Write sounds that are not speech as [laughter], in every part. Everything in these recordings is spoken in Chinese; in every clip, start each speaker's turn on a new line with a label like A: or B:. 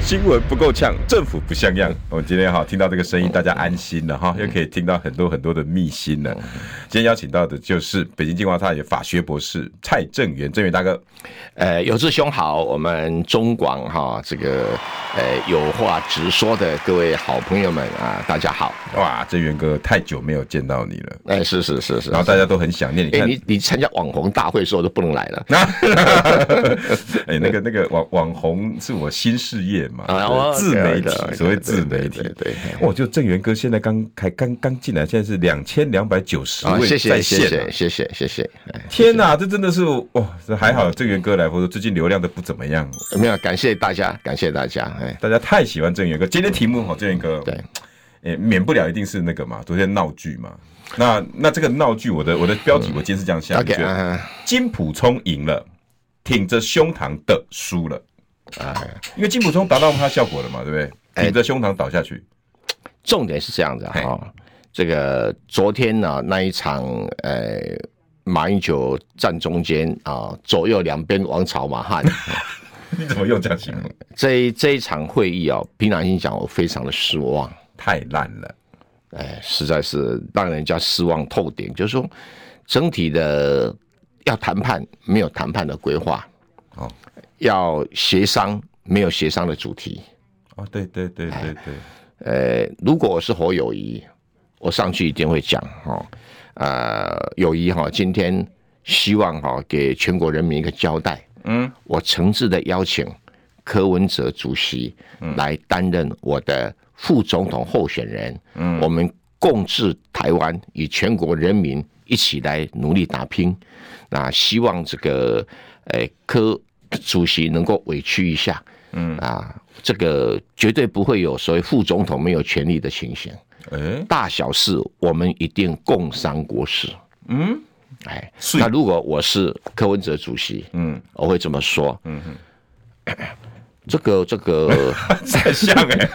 A: 新闻不够呛，政府不像样。我、们今天哈听到这个声音，大家安心了哈，又可以听到很多很多的秘辛了。今天邀请到的就是北京清华大学法学博士蔡正元，正元大哥，
B: 呃，有志兄好，我们中广哈这个呃有话直说的各位好朋友们啊，大家好。
A: 哇，正元哥太久没有见到你了，
B: 哎、是是是是。
A: 然后大家都很想念。你
B: 哎、
A: 看，
B: 你你参加网红大会的时候都不能来了。
A: [laughs] 哎，那个那个网网红是我新事业嘛，
B: 啊
A: 对
B: 哦
A: 自媒体
B: OK，OK，OK，
A: 所谓自媒体
B: 对对对对。
A: 我就正元哥现在刚开刚刚进来，现在是两千两百九十
B: 啊，
A: 位
B: 谢谢
A: 在
B: 谢
A: 线啊
B: 谢谢谢谢谢。哎
A: 天哪、这真的是哇！这还好，郑源哥来，我说最近流量都不怎么样，
B: 没有，感谢大家，感谢大家。哎，
A: 大家太喜欢郑源哥。今天题目哈，郑源哥，
B: 对，
A: 也免不了一定是那个嘛，昨天闹剧嘛。那那这个闹剧，我的我的标题我今天是这样下，你
B: 嗯 OK
A: 觉得
B: 啊，
A: 金普聪赢了，挺着胸膛的输了，
B: 哎，
A: 因为金普聪达到他效果了嘛，对不对？
B: 哎
A: 挺着胸膛倒下去，
B: 重点是这样子啊哈、
A: 嘿
B: 这个昨天呢、那一场呃马英九站中间啊、左右两边王朝马汉。
A: [laughs] 你怎么又这样形容？
B: 这一这一场会议啊、凭良心讲，我非常的失望，
A: [laughs] 太烂了，
B: 哎，实在是让人家失望透顶。就是说，整体的要谈判没有谈判的规划，
A: 哦
B: 要协商没有协商的主题。
A: 哦，对对对对对，
B: 呃，如果我是侯友谊，我上去一定会讲哦，呃，友谊哈，今天希望哈给全国人民一个交代，
A: 嗯，
B: 我诚挚的邀请柯文哲主席来担任我的副总统候选人，嗯，我们共治台湾，与全国人民一起来努力打拼，那希望这个呃柯主席能够委屈一下，嗯啊，这个绝对不会有所谓副总统没有权利的情形。
A: 哎、
B: 大小事我们一定共商国事。
A: 嗯，
B: 哎，
A: 是
B: 那如果我是柯文哲主席，
A: 嗯，
B: 我会这么说。嗯 [coughs] 这个这个
A: 太像 [laughs] 哎、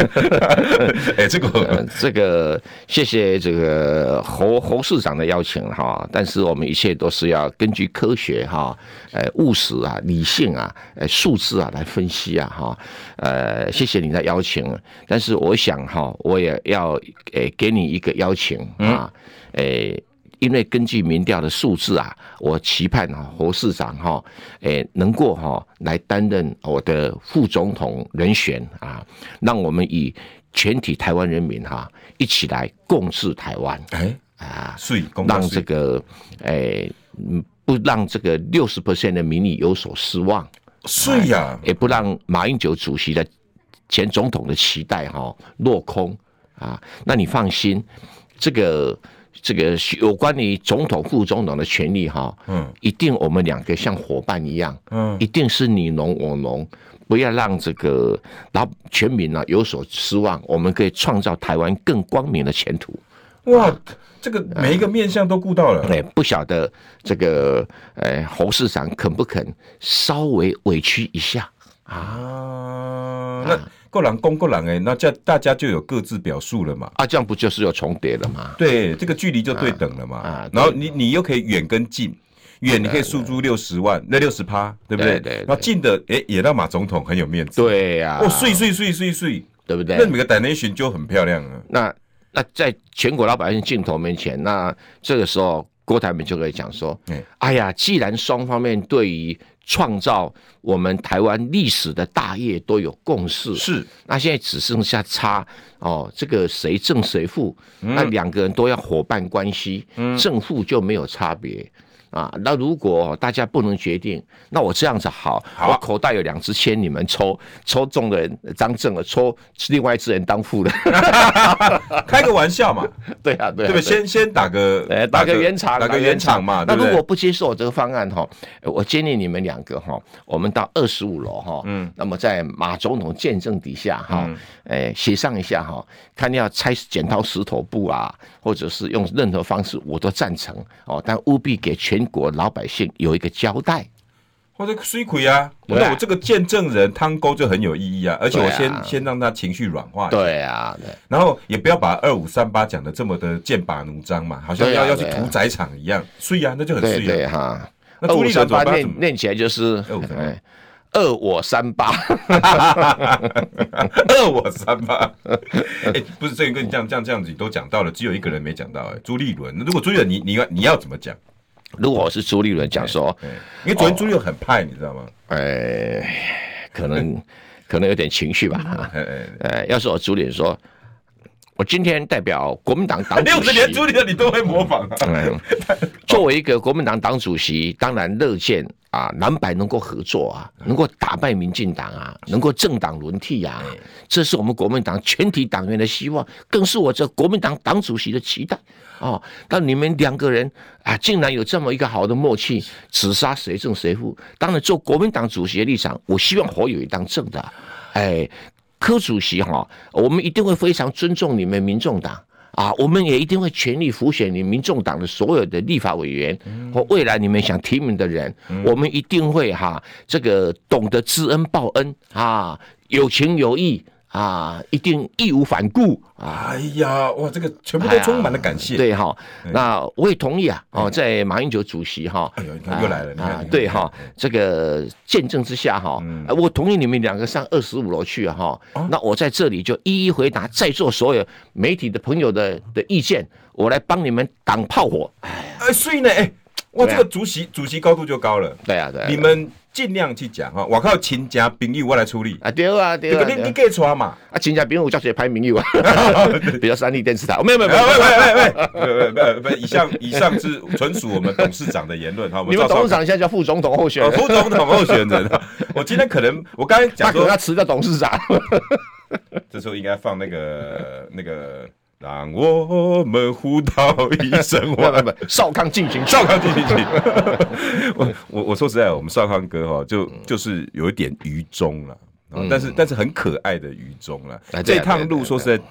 A: 哎、这个 [laughs]
B: 呃这个，谢谢这个侯侯市长的邀请哈，但是我们一切都是要根据科学哈，呃务实啊、理性啊、呃数字啊来分析啊哈，呃谢谢你的邀请，但是我想哈，我也要呃给你一个邀请
A: 嗯
B: 啊，诶、因为根据民调的数字啊，我期盼啊侯市长哈、诶、能够哈、来担任我的副总统人选啊，让我们以全体台湾人民哈、一起来共治台湾
A: 哎，
B: 啊，
A: 睡、公道
B: 让
A: 睡
B: 这个诶、嗯不让这个六十 percent 的民意有所失望，
A: 睡呀、
B: 也不让马英九主席的前总统的期待哈、落空啊。那你放心，这个这个有关于总统、副总统的权利哈、
A: 嗯
B: 一定我们两个像伙伴一样，
A: 嗯
B: 一定是你侬我侬，不要让这个老全民呢、有所失望。我们可以创造台湾更光明的前途。
A: 哇，这个每一个面相都顾到了。
B: 哎，不晓得这个呃侯市长肯不肯稍微委屈一下？
A: 啊，那够狼公够狼哎，那这样大家就有各自表述了嘛。
B: 啊，这样不就是有重叠了吗？
A: 对，这个距离就对等了嘛。
B: 啊啊
A: 然后你你又可以远跟近，远你可以输出六十万，那六十趴，对不对？
B: 对对对
A: 然后近的哎、也让马总统很有面子。
B: 对呀、
A: 哦，碎碎碎碎碎，
B: 对不对
A: 那？每个 donation 就很漂亮啊了。
B: 那那在全国老百姓镜头面前，那这个时候郭台铭就可以讲说：“
A: 嗯
B: 哎呀，既然双方面对于创造我们台湾历史的大业都有共识，
A: 是，
B: 那现在只剩下差哦，这个谁
A: 嗯
B: 正谁负，那两个人都要伙伴关系，正负就没有差别。啊，那如果大家不能决定，那我这样子好，
A: 好啊
B: 我口袋有两支签，你们抽，抽中的人当正了，抽另外一支人当副的。
A: 开个玩笑嘛，
B: [laughs] 对啊， [laughs]
A: 对
B: 对啊，
A: 不对？先先打个
B: 呃，打个圆场，
A: 打个圆场嘛，
B: 那
A: 啊对不
B: 如
A: 对
B: 果？不接受我这个方案哈，呃我建议你们两个哈，我们到二十五楼哈，嗯，那么在马总统见证底下
A: 嗯
B: 哈，哎，协商一下哈，看你要拆剪刀石头布啊，或者是用任何方式，我都赞成哦，但务必给全国老百姓有一个交代。
A: 或者水鬼啊，
B: 对啊
A: 那我这个见证人汤沟就很有意义啊，而且我
B: 对啊
A: 先先让他情绪软化一下，
B: 对啊，对
A: 然后也不要把二五三八讲的这么的剑拔弩张嘛，好像
B: 对啊
A: 要要去
B: 对啊
A: 屠宰场一样，碎啊，那就很
B: 对
A: 碎
B: 对
A: 啊。
B: 哈，
A: 那
B: 二
A: 朱立
B: 五
A: 伦
B: 三
A: 怎么
B: 八
A: 办？
B: 念念起来就是
A: 2538
B: 哎二我三八， [laughs]
A: 二我三八，哎，不是这个你这样这样这样子，你都讲到了，只有一个人没讲到，哎，朱立伦。如果朱立伦，你你要你要怎么讲？
B: 如果我是朱立伦讲说。
A: 哎因为昨天朱立伦很派，你知道吗？
B: 呃，可能可能有点情绪吧。哈
A: 哎哎，
B: 呃，要是我主理说，我今天代表国民党
A: [laughs]
B: 党
A: 六
B: 主
A: 十
B: 席
A: 年，朱立伦你都会模仿啊？
B: 嗯，作为一个国民党党主席，当然乐见啊蓝白能够合作啊，
A: 嗯
B: 能够打败民进党啊，能够政党轮替啊，这是我们国民党全体党员的希望，更是我这国民党党主席的期待哦。那你们两个人啊，竟然有这么一个好的默契，只杀谁正谁负？当然，做国民党主席的立场，我希望侯友谊当正的，哎。柯主席哈，我们一定会非常尊重你们民众党啊，我们也一定会全力辅选你民众党的所有的立法委员和未来你们想提名的人，我们一定会哈、这个懂得知恩报恩啊，有情有义啊，一定义无反顾啊。
A: 哎呀，哇，这个全部都充满了感谢。
B: 对哈，那我也同意啊，哦，在马英九主席哈，
A: 哎哎呦你看又来了
B: 啊
A: 你看哎嗯
B: 啊
A: 你看
B: 对哈，这个见证之下哈，呃我同意你们两个上二十五楼去啊哈，
A: 哦
B: 那我在这里就一一回答在座所有媒体的朋友的的意见，我来帮你们挡炮火。
A: 哎，所以呢，哎，哇，
B: 对
A: 这
B: 啊
A: 个主席主席高度就高了。
B: 对啊，对啊，
A: 你们尽量去讲哈，我靠亲家朋友我来处理，
B: 啊，对啊，对
A: 这
B: 啊
A: 个
B: 对
A: 你你
B: 啊，
A: 给抓嘛？
B: 啊，金家兵我叫谁排名友
A: [laughs]
B: 啊， [laughs] 比较三立电视台，哦没有没有没
A: 哎
B: 有，
A: 喂喂喂喂，喂喂喂，以上以上是纯属我们董事长的言论哈，我
B: 你
A: 照
B: 们董
A: 抄
B: 事长现在叫副总统候选
A: 呃
B: 人，
A: 副总统候选人，
B: [laughs]
A: 我今天可能我刚才
B: 他
A: 讲
B: 可能
A: 说
B: 要，辞掉董事长。
A: [laughs] 这时候应该放那个那个，让我们互道一声
B: 不 [laughs] 不
A: 晚安。
B: 不，少康进行曲
A: 少康进进去， [laughs] 我我我说实在，我们少康哥哈，就
B: 嗯
A: 就是有一点愚忠了，哦但是但是很可爱的愚忠了
B: 哎对。啊
A: 这趟路
B: 对啊
A: 说实在，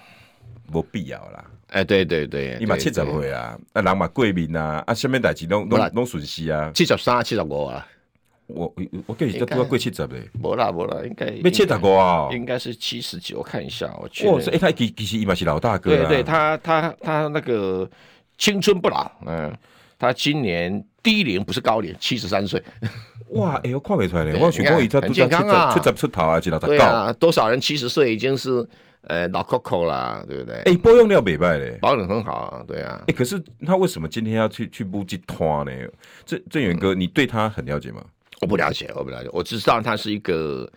A: 没必要啦。
B: 哎，对对对，
A: 你嘛
B: 对
A: 七十
B: 对
A: 岁啊，啊人嘛过敏啊，啊什么代志拢
B: 不啦
A: 拢拢损失啊。
B: 七十三、七十五啊，
A: 我我我跟你都都要过七十嘞，
B: 无啦无啦，应该
A: 要七十五啊。
B: 应该是七十几，我看一下，我确
A: 哇塞，
B: 认。
A: 哎他其其实伊嘛是老大哥
B: 对
A: 啊。
B: 对，他他他那个青春不老，嗯，他今年低龄不是高龄，七十三岁。
A: 哇，哎呦看不出来嘞，
B: 嗯对
A: 我想讲伊才
B: 你看
A: 都
B: 很健康啊
A: 七十出头啊，是六十
B: 对
A: 九。
B: 啊，多少人七十岁已经是呃老 Coco 啦，对不对？
A: 哎，保养了袂歹嘞。
B: 保养很好啊，对啊。
A: 哎，可是他为什么今天要去去布吉拖呢？郑郑源
B: 嗯
A: 哥，你对他很了解吗？
B: 我不了解，我不了解，我只知道它是一个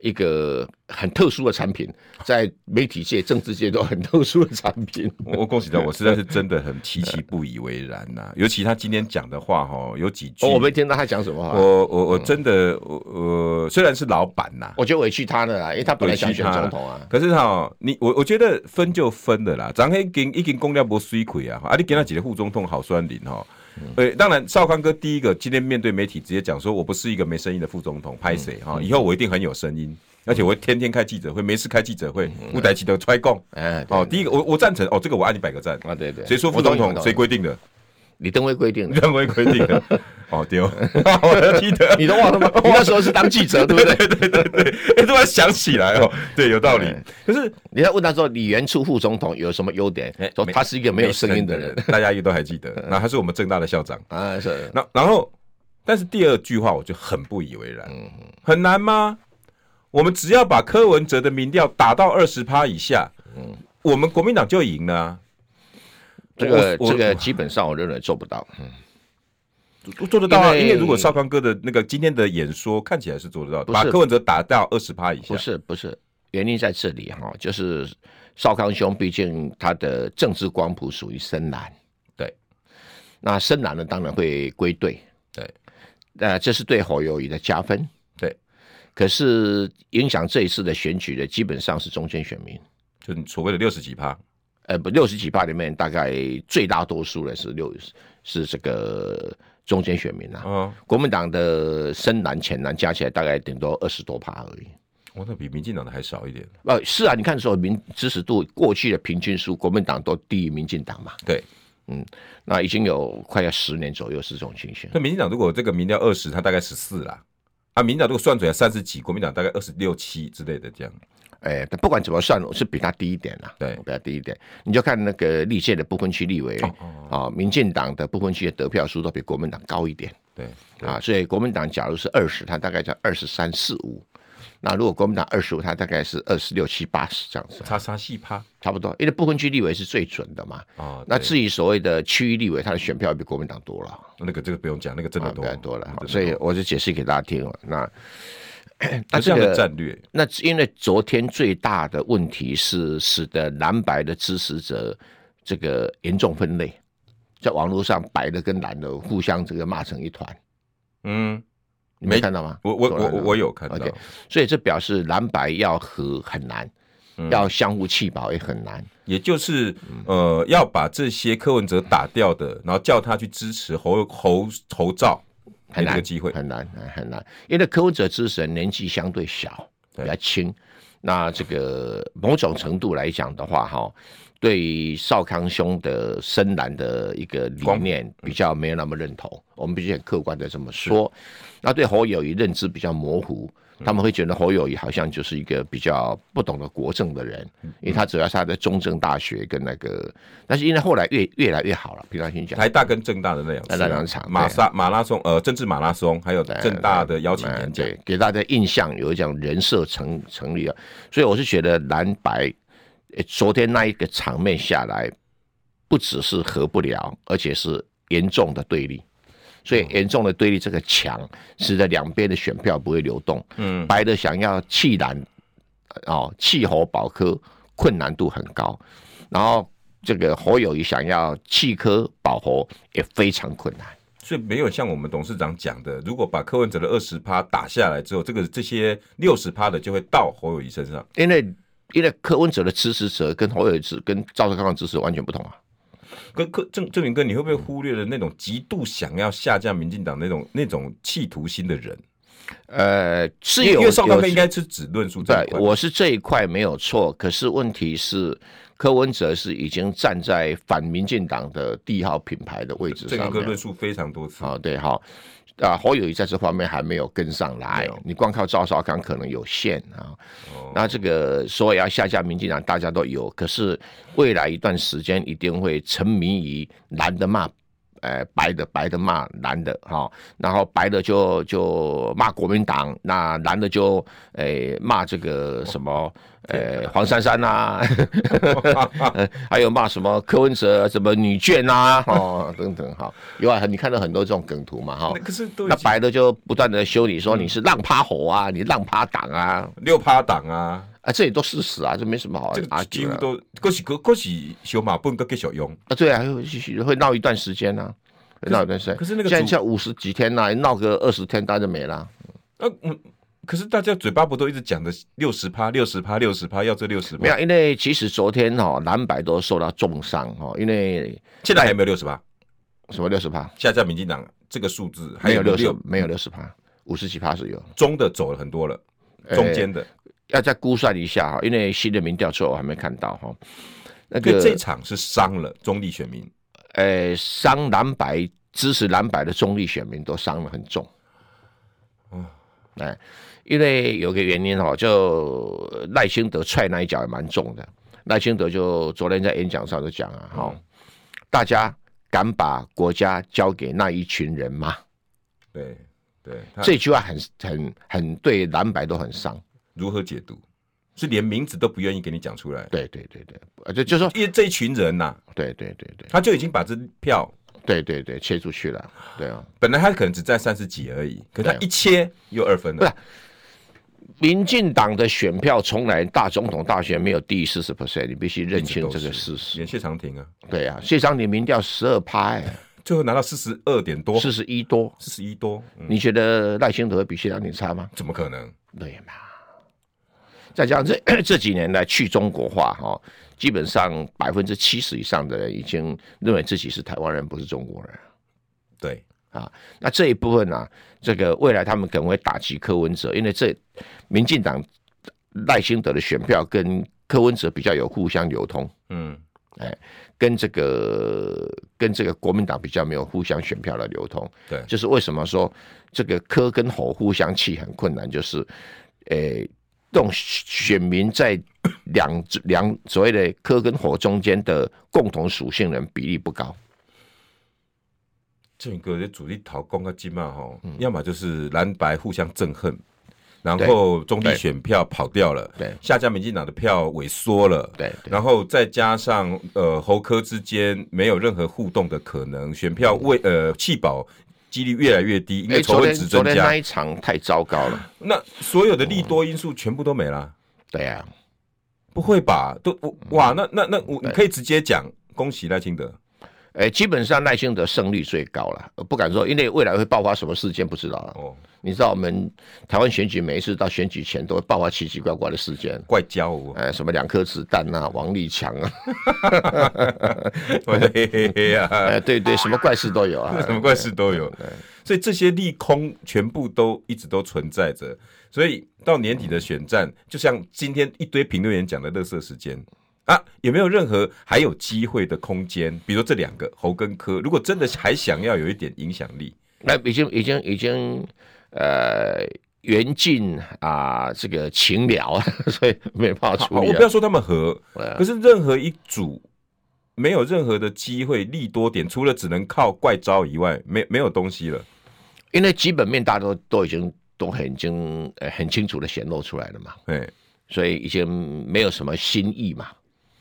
B: 一个很特殊的产品，在媒体界、政治界都很特殊的产品。
A: 我我恭喜他，我实在是真的很极其不以为然呐。
B: [laughs]
A: 尤其他今天讲的话哈，有几句
B: 哦我没听到他讲什么话。
A: 我我我真的我我虽然是老板呐，
B: 我觉得委屈他了啦，因为他本来想选总统啊。
A: 可是哈、你我我觉得分就分的啦，咱已经已经公掉不水亏啊，啊，你给他几个副总统好酸林哈。
B: 嗯
A: 呃，当然，少康哥第一个今天面对媒体直接讲说，我不是一个没声音的副总
B: 嗯
A: 统，拍谁哈？以后我一定很有声音，而且我会天天开记者会，没事开记者会，
B: 嗯
A: 乌台奇的揣供。
B: 哎，对
A: 哦，第一个我我赞成哦，这个我按你百个赞。
B: 啊，对对，
A: 谁说副总统？谁
B: 规？
A: 规定
B: [laughs]
A: 的？
B: 李登辉规定
A: [laughs]
B: 的，
A: 认为规定的。哦，
B: [laughs]
A: [laughs] 丢，我记得。
B: 你都忘
A: [laughs]
B: 了吗？你那时候是当记者，对不对？
A: 哎，突然想起来哦，对，有道理
B: 对。
A: 可是
B: 你要问他说李元初副总统有什么优点
A: 哎？
B: 说
A: 没
B: 他是一个没有声音的人，嗯
A: 大家也都还记得。那他是我们正大的校长。
B: 啊，是
A: 那然后，但是第二句话我就很不以为然，
B: 嗯
A: 很难吗？我们只要把柯文哲的民调打到二十趴以下，我们国民党就赢了啊、
B: 嗯这个
A: 我我
B: 这个基本上我认为做不到。
A: 我做得到啊，
B: 因
A: 因
B: 为
A: 为如果少康哥的那个今天的演说看起来是做得到的，
B: 不
A: 把
B: 是
A: 柯文哲打到二十趴以下
B: 不。是不是，原因在这里哈，就是少康兄毕竟他的政治光谱属于深蓝，
A: 对，
B: 那深蓝呢，当然会归队，
A: 对
B: 那这是对侯友谊的加分。
A: 对，
B: 可是影响这一次的选举的，基本上是中间选民。
A: 就你所谓的六十几趴，
B: 呃，不，六十几趴里面，大概最大多数的是六是这个中间选民啊。
A: 嗯，
B: 国民党的深蓝、浅蓝加起来大概顶多二十多趴而已。
A: 我那比民进党的还少一点。
B: 呃，是啊，你看所有民支持度过去的平均数，国民党都低于民进党嘛，
A: 对，
B: 那已经有快要十年左右是这种情形。
A: 那民进党如果这个民调二十，他大概十四啦。啊，民进党如果算出来三十几，国民党大概二十六七之类的这样。
B: 哎，但不管怎么算，我是比他低一点啦、
A: 对哦
B: 我比他低一点。你就看那个历届的不分区立委啊、民进党的不分区的得票数都比国民党高一点
A: 对，对
B: 啊，所以国民党假如是二十，他大概在二十三四五。那如果国民党二十五，他大概是二十六七八十这样子，
A: 差差细趴
B: 差不多。因为不分区立委是最准的嘛。
A: 啊。
B: 那
A: 对哦
B: 至于所谓的区域立委，他的选票比国民党多了。
A: 那个这个不用讲，那个真的
B: 啊，
A: 多
B: 比较多了
A: 那真的。
B: 所以我就解释给大家听了。那那
A: 那这
B: 这
A: 样的
B: 个
A: 战略，
B: 那因为昨天最大的问题是使得蓝白的支持者这个严重分类，在网络上白的跟蓝的互相这个骂成一团，
A: 嗯，
B: 你没
A: 没
B: 看到吗？
A: 我我
B: 昨晚
A: 我
B: 啊
A: 我有看到
B: OK，所以这表示蓝白要和很难，
A: 嗯
B: 要相互气保也很难。
A: 也就是
B: 嗯
A: 呃，要把这些柯文哲打掉的，然后叫他去支持侯侯侯照，
B: 很
A: 没这
B: 难
A: 个机会。
B: 很难很很难，因为柯文哲之神年纪相对小，比
A: 对
B: 较轻，那这个某种程度来讲的话，哈，对于少康兄的深蓝的一个理念
A: 嗯
B: 比较没有那么认同，我们必须很客观的这么说。那对侯友谊认知比较模糊。
A: 嗯
B: 他们会觉得侯友谊好像就是一个比较不懂得国政的人，
A: 嗯
B: 因为他主要是他在中正大学跟那个，但是因为后来越越来越好了，平常心讲，
A: 台大跟正大的那两次啊
B: 那两场
A: 马
B: 对
A: 萨马拉松，呃，政治马拉松，还有正大的邀请
B: 嗯
A: 演讲，
B: 对，给大家印象有一种人设成成立了，啊所以我是觉得蓝白，呃昨天那一个场面下来，不只是合不了，而且是严重的对立。
A: 嗯
B: 所以严重的对立这个墙，使得两边的选票不会流动。
A: 嗯，
B: 白的想要弃蓝，哦，弃侯保科困难度很高，然后这个侯友谊想要弃科保侯也非常困难。
A: 所以没有像我们董事长讲的，如果把柯文哲的二十趴打下来之后，这个这些六十趴的就会到侯友谊身上。
B: 因为因为柯文哲的支持者跟侯友宜支跟赵少康的支持者完全不同啊。
A: 跟柯郑郑明哥，你会不会忽略了那种极度想要下架民进党那种那种企图心的人？
B: 呃，是
A: 因
B: 有
A: 为邵康哥应
B: 有
A: 该是只论述这一
B: 对，
A: 块。
B: 我是这一块没有错，可是问题是柯文哲是已经站在反民进党的第一号品牌的位置
A: 郑明
B: 上
A: 哥论
B: 面。
A: 述非常多次，
B: 好、对，好。啊，侯友谊在这方面还没有跟上
A: 没
B: 来
A: 有，
B: 你光靠赵少康可能有限啊。
A: 哦
B: 那这个说要下架民进党，大家都有，可是未来一段时间一定会沉迷于蓝的骂，呃，白的白的骂蓝的哈、然后白的就就骂国民党，那蓝的就呃骂这个什么呃黄珊珊呐、呃 [laughs] 还有骂什么柯文哲什么女眷呐、哦等等哈，有啊，你看到很多这种梗图嘛哈、
A: 那嗯可是都已
B: 那
A: 经
B: 白的就不断的修理说你是浪趴猴啊，你浪趴党啊，
A: 六趴党啊，
B: 啊，这也都事实啊，啊这没什么好
A: 这个
B: argue
A: 几
B: 的
A: 乎都，可是可可是小马蹦个给小用，
B: 啊，对啊，会会闹一段时间呢、会闹一段时间。
A: 可是那个
B: 现在
A: 主
B: 才五十几天呐、闹个二十天，大家就没了。
A: 那、嗯，可是大家嘴巴不都一直讲的六十趴、六十趴、六十趴，要这六十
B: 没
A: 趴，
B: 有，因为其实昨天哈、哦，蓝白都受到重伤哈、哦，因为
A: 现在还有没有六十趴？
B: 什么六十趴，
A: 下架民进党这个数字还
B: 没有
A: 六
B: 六十，没有六十趴，五十几趴是有。
A: 中的走了很多了，
B: 哎
A: 中间的，
B: 要再估算一下哈，因为新的民调出来我还没看到哈。那
A: 因为这
B: 个
A: 一场是伤了中立选民，
B: 呃，伤蓝白支持蓝白的中立选民都伤得很重。
A: 嗯
B: 哎，因为有个原因哦，就赖清德踹那一脚也蛮重的。赖清德就昨天在演讲上就讲啊，哈、大家敢把国家交给那一群人吗？
A: 对对，他
B: 这句话很很很对蓝白都很伤。
A: 如何解读？是连名字都不愿意给你讲出来，
B: 对对对对，呃，就就说
A: 因为这一群人呐、
B: 对对对对
A: 他就已经把这票，
B: 对对对切出去了，对啊。
A: 本来他可能只占三十几而已，可是他一切又二分
B: 不
A: 了
B: 是，民进党的选票从来大总统大选没有低于四十 percent，你必须认清这个事实。
A: 连谢长廷啊，
B: 对啊，谢长廷民调十二趴，哎
A: 最后拿到四十二点多，
B: 四十一多。
A: 四十一多，嗯，
B: 你觉得赖清德会比谢长廷差吗？
A: 怎么可能？
B: 对嘛？再加上这 [clears throat] 这几年来去中国化哈、哦，基本上百分之七十以上的人已经认为自己是台湾人，不是中国人。
A: 对，
B: 啊，那这一部分呢、这个未来他们可能会打击柯文哲，因为这民进党赖清德的选票跟柯文哲比较有互相流通，
A: 嗯，
B: 跟这个跟这个国民党比较没有互相选票的流通，
A: 对，
B: 就是为什么说这个柯跟侯互相气很困难，就是，诶、这种选民在两两所谓的柯跟侯中间的共同属性人比例不高，
A: 郑宇哥这主力讨公个金嘛吼，
B: 嗯
A: 要么就是蓝白互相憎恨，然后中立
B: 对
A: 选票跑掉了，
B: 对
A: 下架民进党的票萎缩了，
B: 对对
A: 然后再加上呃侯科之间没有任何互动的可能，选票为呃弃保几率越来越低，因为
B: 诶
A: 仇
B: 嗯哎昨
A: 恨
B: 天
A: 值
B: 昨
A: 增
B: 天那
A: 加，
B: 一哦场太糟糕了，
A: 那所有的利多因素全部都没了。
B: 对啊，
A: 不会吧？都
B: 嗯
A: 我哇，那那那我你可以直接讲，恭喜赖清德。
B: 诶、基本上赖清德胜率最高了，呃不敢说，因为未来会爆发什么事件不知道了。
A: 哦，
B: 你知道我们台湾选举每一次到选举前都会爆发奇奇怪怪的事件，
A: 怪教哦我，
B: [laughs] 呃，什么两颗子弹啊，王立强啊，
A: 我的嘿嘿嘿啊，
B: 呃，对对，什么怪事都有啊
A: [laughs]。
B: [laughs]
A: 什么怪事都有。所以这些利空全部都一直都存在着。所以到年底的选战，就像今天一堆评论员讲的“乐色时间”啊，有没有任何还有机会的空间？比如说这两个侯跟柯，如果真的还想要有一点影响力，
B: 那已经已经已经呃缘尽啊，这个情了，啊 [laughs] 所以没办
A: 好，
B: 法处
A: 我
B: 理
A: 不要
B: 啊。
A: 说他们和，
B: 对啊
A: 可是任何一组没有任何的机会利多点，除了只能靠怪招以外，没没有东西了。
B: 因为基本面大家都都已经都很经呃很清楚的显露出来了嘛，
A: 哎，
B: 所以已经没有什么新意嘛。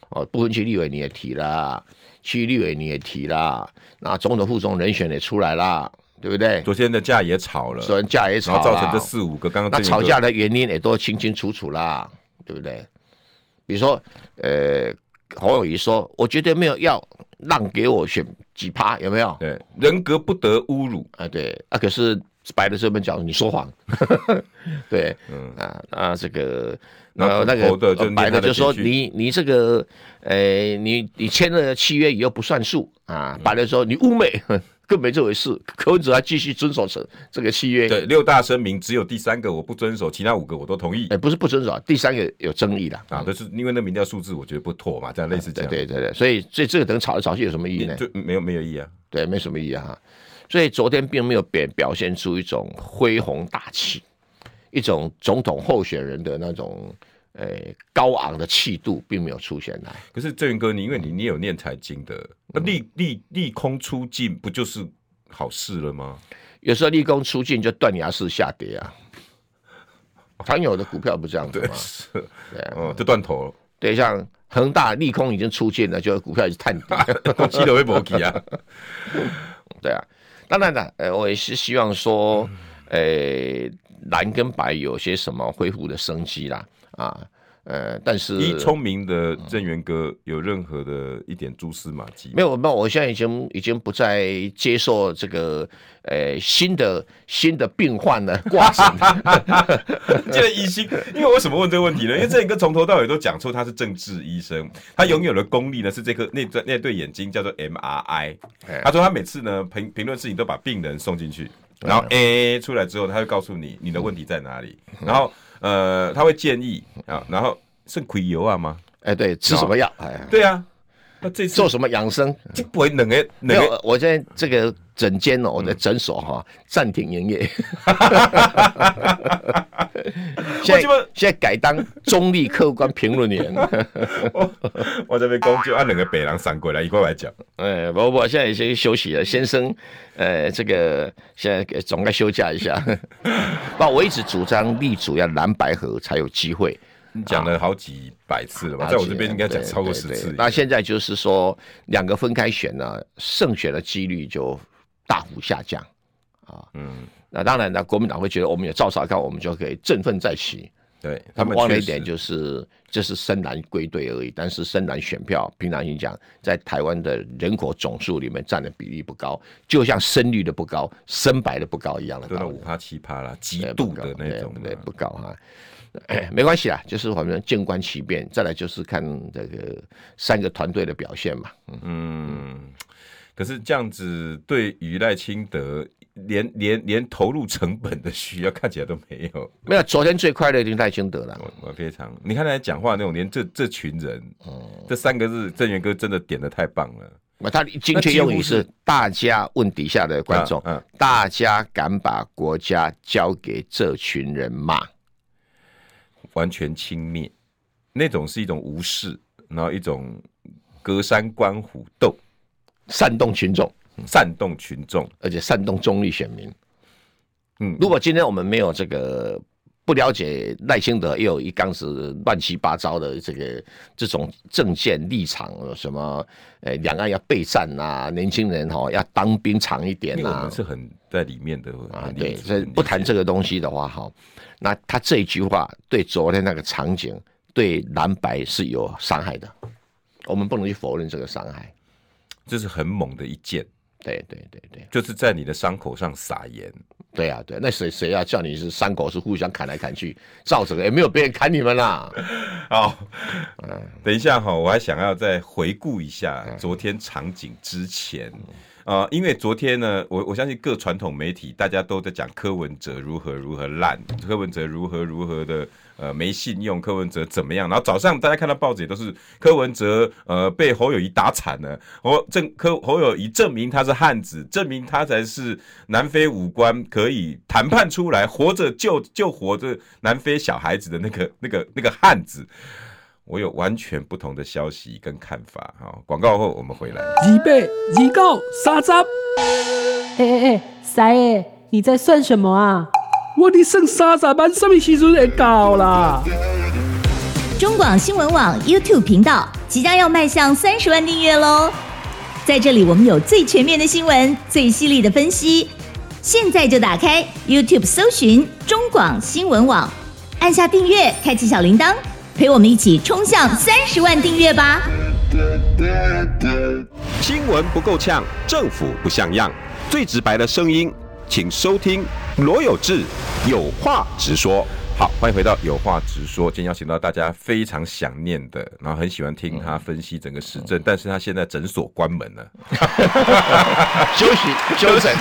B: 哦，不分区立委你也提啦，区域立委你也提啦，那总统副总人选也出来啦，对不对？
A: 昨天的架也吵了，
B: 所以价也
A: 然
B: 吵
A: 后
B: 啦
A: 造成这四五个刚刚
B: 那
A: 郑宇
B: 吵
A: 哥
B: 架的原因也都清清楚楚啦，对不对？比如说，呃，侯友谊说，我绝对没有要让给我选几趴，有没有？
A: 对人格不得侮辱，
B: 啊，对啊，可是白的这边讲你说谎， [laughs] 对，嗯啊啊，这个
A: 那
B: 呃那
A: 口头
B: 个
A: 的就
B: 呃
A: 念
B: 白
A: 他
B: 的
A: 的
B: 就说
A: 情绪
B: 你你这个呃你你签了契约以后不算数啊，
A: 嗯
B: 白的说你污蔑， [laughs] 根本没这回事，柯文哲还继续遵守这这个契约，
A: 对六大声明只有第三个我不遵守，其他五个我都同意
B: 哎，不是不遵守，第三个有争议的
A: 啊，就是因为那民调数字我觉得不妥嘛，这样类似这
B: 对
A: 样，
B: 嗯啊对对对，所以所以这个等吵来吵去有什么意义呢？
A: 就没有没有意义啊。
B: 对，没什么意义啊。所以昨天并没有表表现出一种恢弘大气，一种总统候选人的那种呃高昂的气度，并没有出现来。
A: 可是郑云哥，你因为你你有念财经的，那
B: 嗯
A: 利利利空出尽不就是好事了吗？ [laughs]
B: 有时候立功出尽就断崖式下跌啊。常有的股票不这样子吗？
A: 是，
B: 对啊
A: 哦，就断头了。 [laughs]
B: 对，像恒大利空已经出尽了，就股票已经探底了。
A: 东西都会没去啊。
B: 对啊，当然了，呃，我也是希望说，
A: 嗯
B: 呃，蓝跟白有些什么恢复的生机啦，啊，呃，但是
A: 以聪明的郑源哥有任何的一点蛛丝马迹
B: 没
A: 有？
B: 有，没有，我现在已经已经不再接受这个呃新的新的病患
A: [laughs]
B: 了挂诊，
A: 这个医心，因为为什么问这个问题呢？因为郑源哥从头到尾都讲出他是政治医生，他拥有的功力呢是这颗那对那对眼睛叫做 MRI
B: 哎。
A: 他说他每次呢评评论事情都把病人送进去，然后 A 出来之后，他会告诉你你的问题在哪里，
B: 嗯
A: 然后呃他会建议啊，然后是葵油啊吗？[laughs]
B: 哎，对，吃什么药，哎，
A: 对啊，那这次
B: 做什么养生？
A: 这不会冷诶
B: 没
A: 冷诶
B: 有，我现在这个诊间哦，我
A: 嗯
B: 的诊所哈、暂停营
A: [laughs]
B: 业，现
A: 基
B: 在
A: 本
B: 现在改当中立客观评论员。
A: 我我这边讲就按两个北人闪过来，一块来讲。
B: 哎，不不，现在已经休息了，先生，呃，这个现在呃总该休假一下。 [laughs] 那我一直主张立主要蓝白合才有机会，
A: 你讲了好几百次了吧？在我这边应该讲超过十
B: 啊对对
A: 次
B: 对。那现在就是说，两个分开选呢，胜选的几率就大幅下降啊。嗯，那当然呢，国民党会觉得我们有赵少康，我们就可以振奋再起
A: 对
B: 他们忘了
A: 确
B: 一
A: 实
B: 点，就是这是深蓝归队而已，但是深蓝选票，平常心讲，在台湾的人口总数里面占的比例不高，就像深绿的不高，深白的不高一样的
A: 都
B: 道
A: 到
B: 理
A: 五。趴七趴啦，极
B: 对不
A: 度
B: 高
A: 的那种啊
B: 对，对，不高哈、 [coughs] 哎没关系啦，就是我们静观其变，再来就是看这个三个团队的表现嘛。
A: 嗯，可是这样子对于赖清德，连连连投入成本的需要看起来都没
B: [laughs]
A: 有。
B: 没有，昨天最快乐一定赖清德了。
A: 我我非常，你看他讲话那种，连这这群人，
B: 哦
A: 这三个字，郑源哥真的点的太棒了。
B: 那他精确用语是大家问底下的观众，
A: 嗯嗯
B: 大家敢把国家交给这群人骂，
A: 完全轻蔑，那种是一种无视，然后一种隔山观虎斗，
B: 煽动群众，
A: 煽动群众。
B: 而且煽动中立选民。
A: 嗯，
B: 如果今天我们没有这个不了解赖清德又有一缸子乱七八糟的这个这种政见立场，什么呃两岸要备战啊，年轻人哈、要当兵长一点
A: 因为我
B: 啊
A: 们，是很在里面的
B: 啊，对，所以
A: 以
B: 不谈这个东西的话，哈，那他这一句话对昨天那个场景，对蓝白是有伤害的，我们不能去否认这个伤害。
A: 这是很猛的一剑，
B: 对对对对，
A: 就是在你的伤口上撒盐。
B: 对啊对，那谁谁要叫你是三狗是互相砍来砍去，造成也没有别人砍你们啦。
A: [laughs] 好，等一下哈，我还想要再回顾一下昨天场景之前啊、呃因为昨天呢，我我相信各传统媒体大家都在讲柯文哲如何如何烂，柯文哲如何如何的呃没信用，柯文哲怎么样，然后早上大家看到报纸也都是柯文哲呃被侯友谊打惨了，侯证柯侯友谊证明他是汉子，证明他才是南非武官可以谈判出来活着救救活着南非小孩子的那个那个那个汉子。我有完全不同的消息跟看法哈。广告后我们回来。
C: 二八、二九、三十，
D: 哎哎哎，塞哎，你在算什么啊？
C: 我的剩三十万，什么时阵会到啦？
E: 中广新闻网 YouTube 频道即将要迈向三十万订阅喽！在这里，我们有最全面的新闻，最犀利的分析。现在就打开 YouTube 搜寻中广新闻网，按下订阅，开启小铃铛，陪我们一起冲向三十万订阅吧！
F: 新闻不够呛，政府不像样，最直白的声音，请收听罗有志有话直说。
A: 好，欢迎回到有话直说。今天邀请到大家非常想念的，然后很喜欢听他分析整个时
F: 嗯
A: 政，但是他现在诊所关门了。
B: 休息、休整、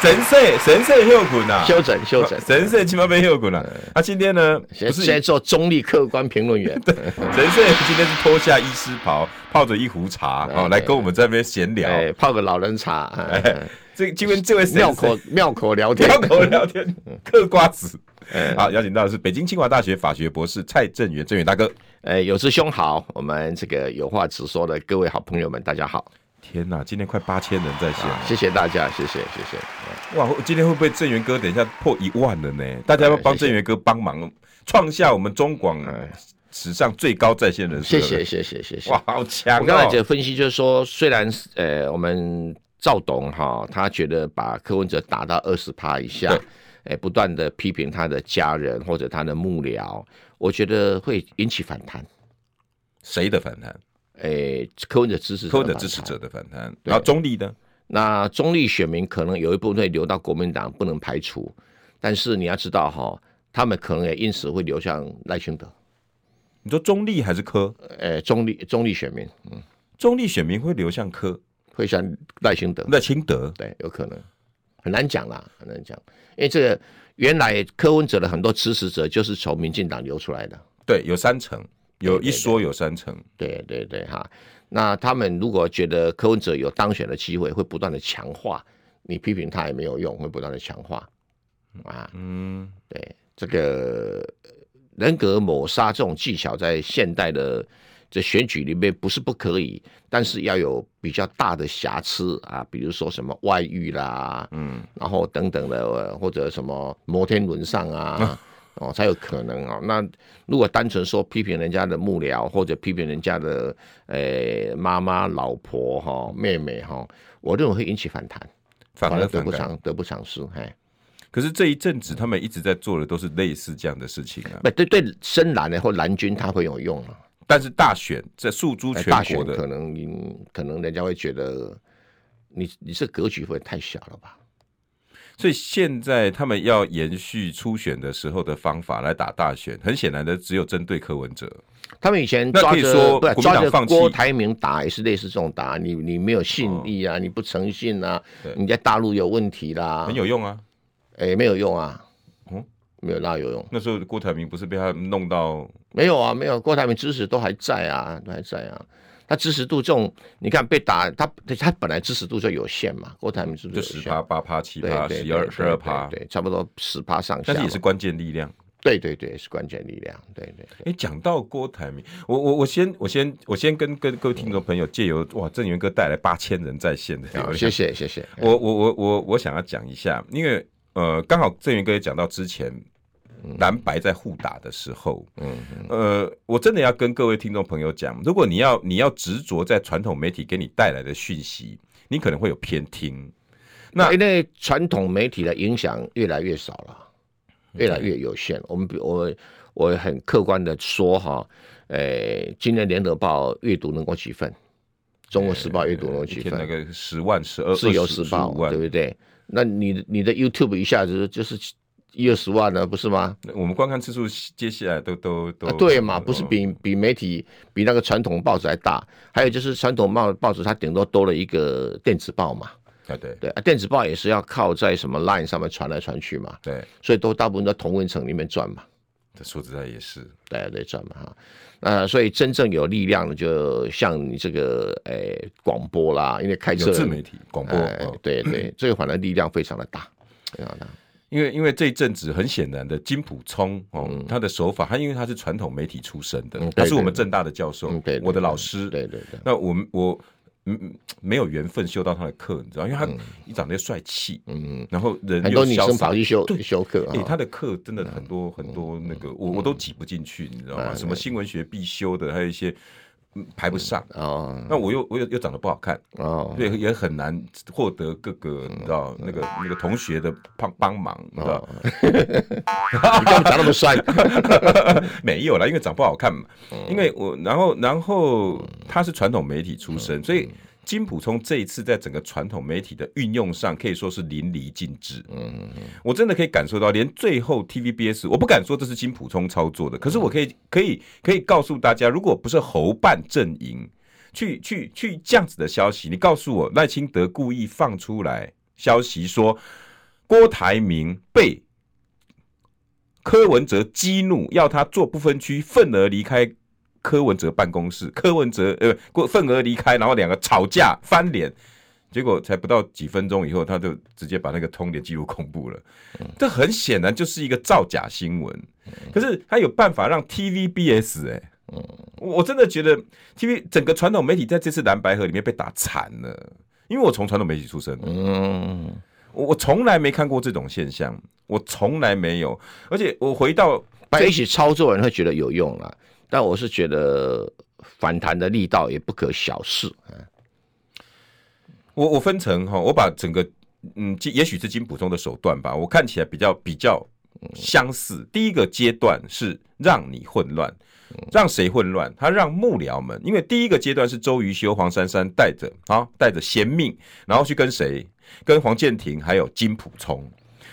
A: 神社神社休困啊，
B: 休整、休 [laughs] 整。
A: 神社起码被休困
F: 嗯
A: 了。他啊今天呢，
B: 现
A: 不是
B: 现在做中立客观评论员，
A: 神社今天是脱下医师袍，泡着一壶茶
F: 哎
A: 哦，来跟我们在那边闲聊。
B: 哎，泡个老人茶，哎
A: 哎，这今天这位神社
B: 妙口妙口聊天，
A: 聊口聊天，嗑瓜子。好，邀请到的是北京清华大学法学博士蔡正元，正元大哥。
B: 呃，有志兄好，我们这个有话直说的各位好朋友们，大家好，
A: 天呐，今天快八千人在线了
B: 啊、谢谢大家，谢谢谢谢，
A: 哇！今天会不会郑源哥等一下破一万了呢？大家要不要帮
B: 谢谢
A: 郑源哥帮忙，创下我们中广
B: 哎
A: 史上最高在线人数。
B: 谢谢！谢谢谢谢。
A: 哇，好强
B: 我刚才
A: 哦！
B: 的分析就是说，虽然呃，我们赵董哈，他觉得把柯文哲打到二十趴以下
A: 对，
B: 哎，不断的批评他的家人或者他的幕僚，我觉得会引起反弹，
A: 谁的反弹？
B: 哎，柯文哲支持者
A: 柯文
B: 的
A: 哲支持
B: 反弹
A: 者的反弹，
B: 对
A: 然后中立呢？
B: 那中立选民可能有一部分会流到国民党，不能排除。但是你要知道哈、他们可能也因此会流向赖清德，
A: 你说中立还是柯？
B: 呃，中立中立选民
A: 中立选民会流向柯，
B: 会向赖清德，
A: 那清德
B: 对，有可能，很难讲啦，很难讲，因为这个原来柯文哲的很多支持者就是从民进党流出来的，
A: 对有三成，有
B: 对对
A: 一说有三成。
B: 对对对哈。那他们如果觉得柯文哲有当选的机会，会不断的强化，你批评他也没有用，会不断的强化啊。
A: 嗯，
B: 对这个呃人格抹杀这种技巧，在现代的这选举里面不是不可以，但是要有比较大的瑕疵啊，比如说什么外遇啦，嗯，然后等等的，呃或者什么摩天轮上啊。哦，才有可能哦。那如果单纯说批评人家的幕僚，或者批评人家的呃妈妈、老婆哈、妹妹哈、我认为会引起反弹，
A: 反而
B: 得
A: 啊反
B: 不
A: 感。
B: 偿得不偿失。哎，
A: 可是这一阵子他们一直在做的都是类似这样的事情啊。
B: 不对对深蓝的或蓝军它会有用啊，
A: 但是大选这诉诸
B: 哎
A: 全
B: 大
A: 国
B: 选可
A: 的，
B: 能你可能人家会觉得你你这格局会太小了吧？
A: 所以现在他们要延续初选的时候的方法来打大选，很显然的只有针对柯文哲。
B: 他们以前
A: 那
B: 抓
A: 可以说
B: 着不是
A: 国民党
B: 抓着
A: 放弃哦
B: 郭台铭打也是类似这种打，你你没有信义啊，你不诚信啊
A: 对，
B: 你在大陆有问题啦，
A: 很有用啊。
B: 哎没有用啊，
A: 嗯
B: 没有那有用，
A: 那时候郭台铭不是被他们弄到
B: 没有啊没有，郭台铭支持都还在啊，都还在啊。他支持度这种，你看被打，他他本来支持度就有限嘛。郭台铭是不
A: 就是
B: 有
A: 十
B: 限
A: 趴、八趴、七
B: 对
A: 趴、
B: 对对
A: 十二、十二趴，
B: 对，对啊差不多十趴上下
A: 但
B: 吧。
A: 是也是关键力量。
B: 对对对，是关键力量，对对对。
A: 哎，讲到郭台铭，我我我先我先我先跟跟各位听众朋友借由哇，郑源哥带来八千人在线的流
B: 好，
A: 量，
B: 谢谢谢谢。
A: 我我我我我想要讲一下，因为呃，刚好郑源哥也讲到之前
B: 嗯
A: 蓝白在互打的时候，嗯，呃，我真的要跟各位听众朋友讲，如果你要你要执着在传统媒体给你带来的讯息，你可能会有偏听。那
B: 因为传统媒体的影响越来越少了，越来越有限。我们比我我很客观的说哈，呃，今年联合报阅读能够几份？中国时报啊阅读能够
A: 呃哎一
B: 几
A: 天那
B: 份？
A: 个十万、十二、
B: 自由
A: 十
B: 时
A: 十
B: 报
A: 五万
B: 对，不对？那你你的 YouTube 一下子就是一二十万了，不是吗？
A: 我们观看次数接下来都都都、
B: 啊，对嘛，不是
A: 嗯
B: 比比媒体比那个传统报纸还大，还有就是传统报报纸它顶多多了一个电子报嘛，
A: 啊，对
B: 对啊，电子报也是要靠在什么 Line 上面传来传去嘛，
A: 对，
B: 所以都大部分都在同温层里面转嘛，
A: 这说实在也是，
B: 大家都在转嘛哈，那所以真正有力量的就像你这个诶广播啦，因为开车
A: 有自媒体广播、
B: 哎
A: 哦
B: 对对，这个反而力量非常的大，啊非常大，
A: 因为因为这一阵子很显然的，金普聪哦，他的手法，他因为他是传统媒体出身的，
B: 嗯对
A: 他是我们正大的教授，
B: 嗯对对
A: 我的老师，
B: 对对对，
A: 那我们我嗯嗯没有缘分修到他的课，你知道，因为他、你长得又帅气，
B: 嗯，
A: 然后人
B: 很
A: 又
B: 多女
A: 潇
B: 生
A: 洒
B: 跑。去修
A: 对
B: 修课
A: 哎、
B: 啊，
A: 他的课真的很多、
B: 嗯
A: 很多那个，我我都挤不进去，你知道
B: 哎
A: 吗？什么新闻学必修的，还有一些、嗯排不上。
B: 哦
A: 那我又我又又长得不好看，
B: 哦，
A: 对，也很难获得各个你知道那个那个同学的帮帮忙，你知道
B: 哦，你干嘛长那么帅？ [laughs]
A: [laughs] 没有啦，因为长不好看嘛。因为我然后然后他是传统媒体出身，所以金普聪这一次在整个传统媒体的运用上，可以说是淋漓尽致。嗯，我真的可以感受到，连最后 TVBS，我不敢说这是金普聪操作的，可是我可以可以可以告诉大家，如果不是侯办阵营去去去这样子的消息，你告诉我赖清德故意放出来消息说郭台铭被柯文哲激怒，要他做不分区，愤而离开柯文哲办公室。柯文哲呃，过愤而离开，然后两个吵架翻脸，结果才不到几分钟以后，他就直接把那个通联记录公布了。这很显然就是一个造假新闻。可是他有办法让 TVBS 哎、我我真的觉得 TV 整个传统媒体在这次蓝白河里面被打惨了，因为我从传统媒体出身的，
B: 嗯，
A: 我我从来没看过这种现象，我从来没有，而且我回到
B: 但一起操作人会觉得有用了，但我是觉得反弹的力道也不可小视。
A: 我我分成哈，我把整个嗯，这也许是金普通的手段吧，我看起来比较比较相似。第一个阶段是让你混乱，让谁混乱？他让幕僚们，因为第一个阶段是周瑜修、黄珊珊带着啊带着贤命，然后去跟谁？跟黄建庭还有金普聪。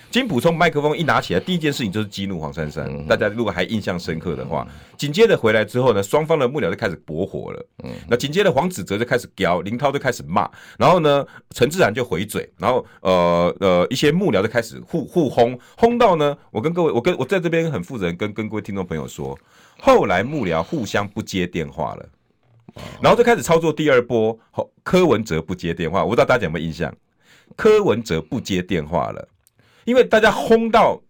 A: 金普聪麦克风一拿起来，第一件事情就是激怒黄珊珊。大家如果还印象深刻的话，紧接着回来之后呢，双方的幕僚就开始驳火了。那紧接着黄子哲就开始屌，林涛就开始骂，然后呢，陈志然就回嘴，然后呃呃，一些幕僚就开始互互轰，轰到呢，我跟各位，我跟我在这边很负责任跟跟各位听众朋友说，后来幕僚互相不接电话了，然后就开始操作第二波，吼柯文哲不接电话，我不知道大家有没有印象，柯文哲不接电话了，因为大家轰到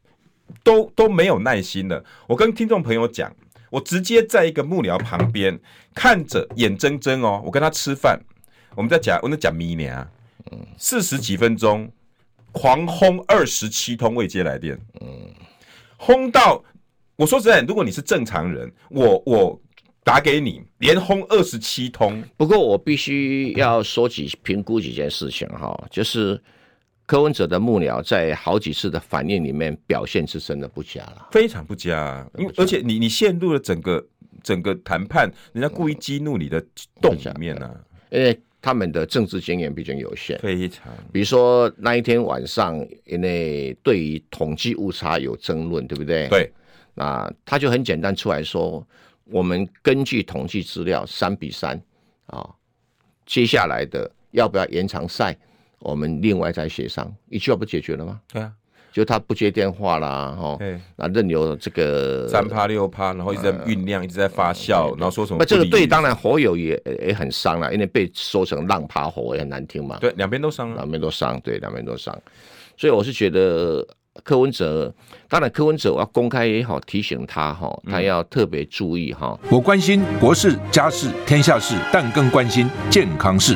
A: 都都没有耐心了。我跟听众朋友讲，我直接在一个幕僚旁边看着，眼睁睁哦，我跟他吃饭，我们在讲，我们在讲米呢，啊四十几分钟，狂轰二十七通未接来电，嗯，轰到我说实在，如果你是正常人，我我打给你，连轰二十七通，
B: 不过我必须要说几评估几件事情哈，就是柯文哲的幕僚在好几次的反应里面表现是真的不佳了。
A: 非常不佳、啊，因为而且你你陷入了整个整个谈判，人家故意激怒你的洞里面啊，
B: 因为他们的政治经验毕竟有限。
A: 非常
B: 比如说那一天晚上，因为对于统计误差有争论，对不对？。
A: 对，
B: 那他就很简单出来说，我们根据统计资料三比三啊，接下来的要不要延长赛，我们另外再协商。一句话不解决了吗？
A: 对啊，
B: 就他不接电话啦，哈
A: 对，
B: 那任由这个
A: 三趴六趴，然后一直在酝酿，一直在发酵，然后说什么
B: 那这个
A: 不利于
B: 呃对当然火友也也很伤了，因为被说成浪爬火也很难听嘛，
A: 对两边都伤啊了，
B: 两边都伤，对，两边都伤。所以我是觉得柯文哲，当然柯文哲我要公开也好，提醒他哈，
A: 嗯
B: 他要特别注意哈。
G: 我关心国事、家事、天下事，但更关心健康事。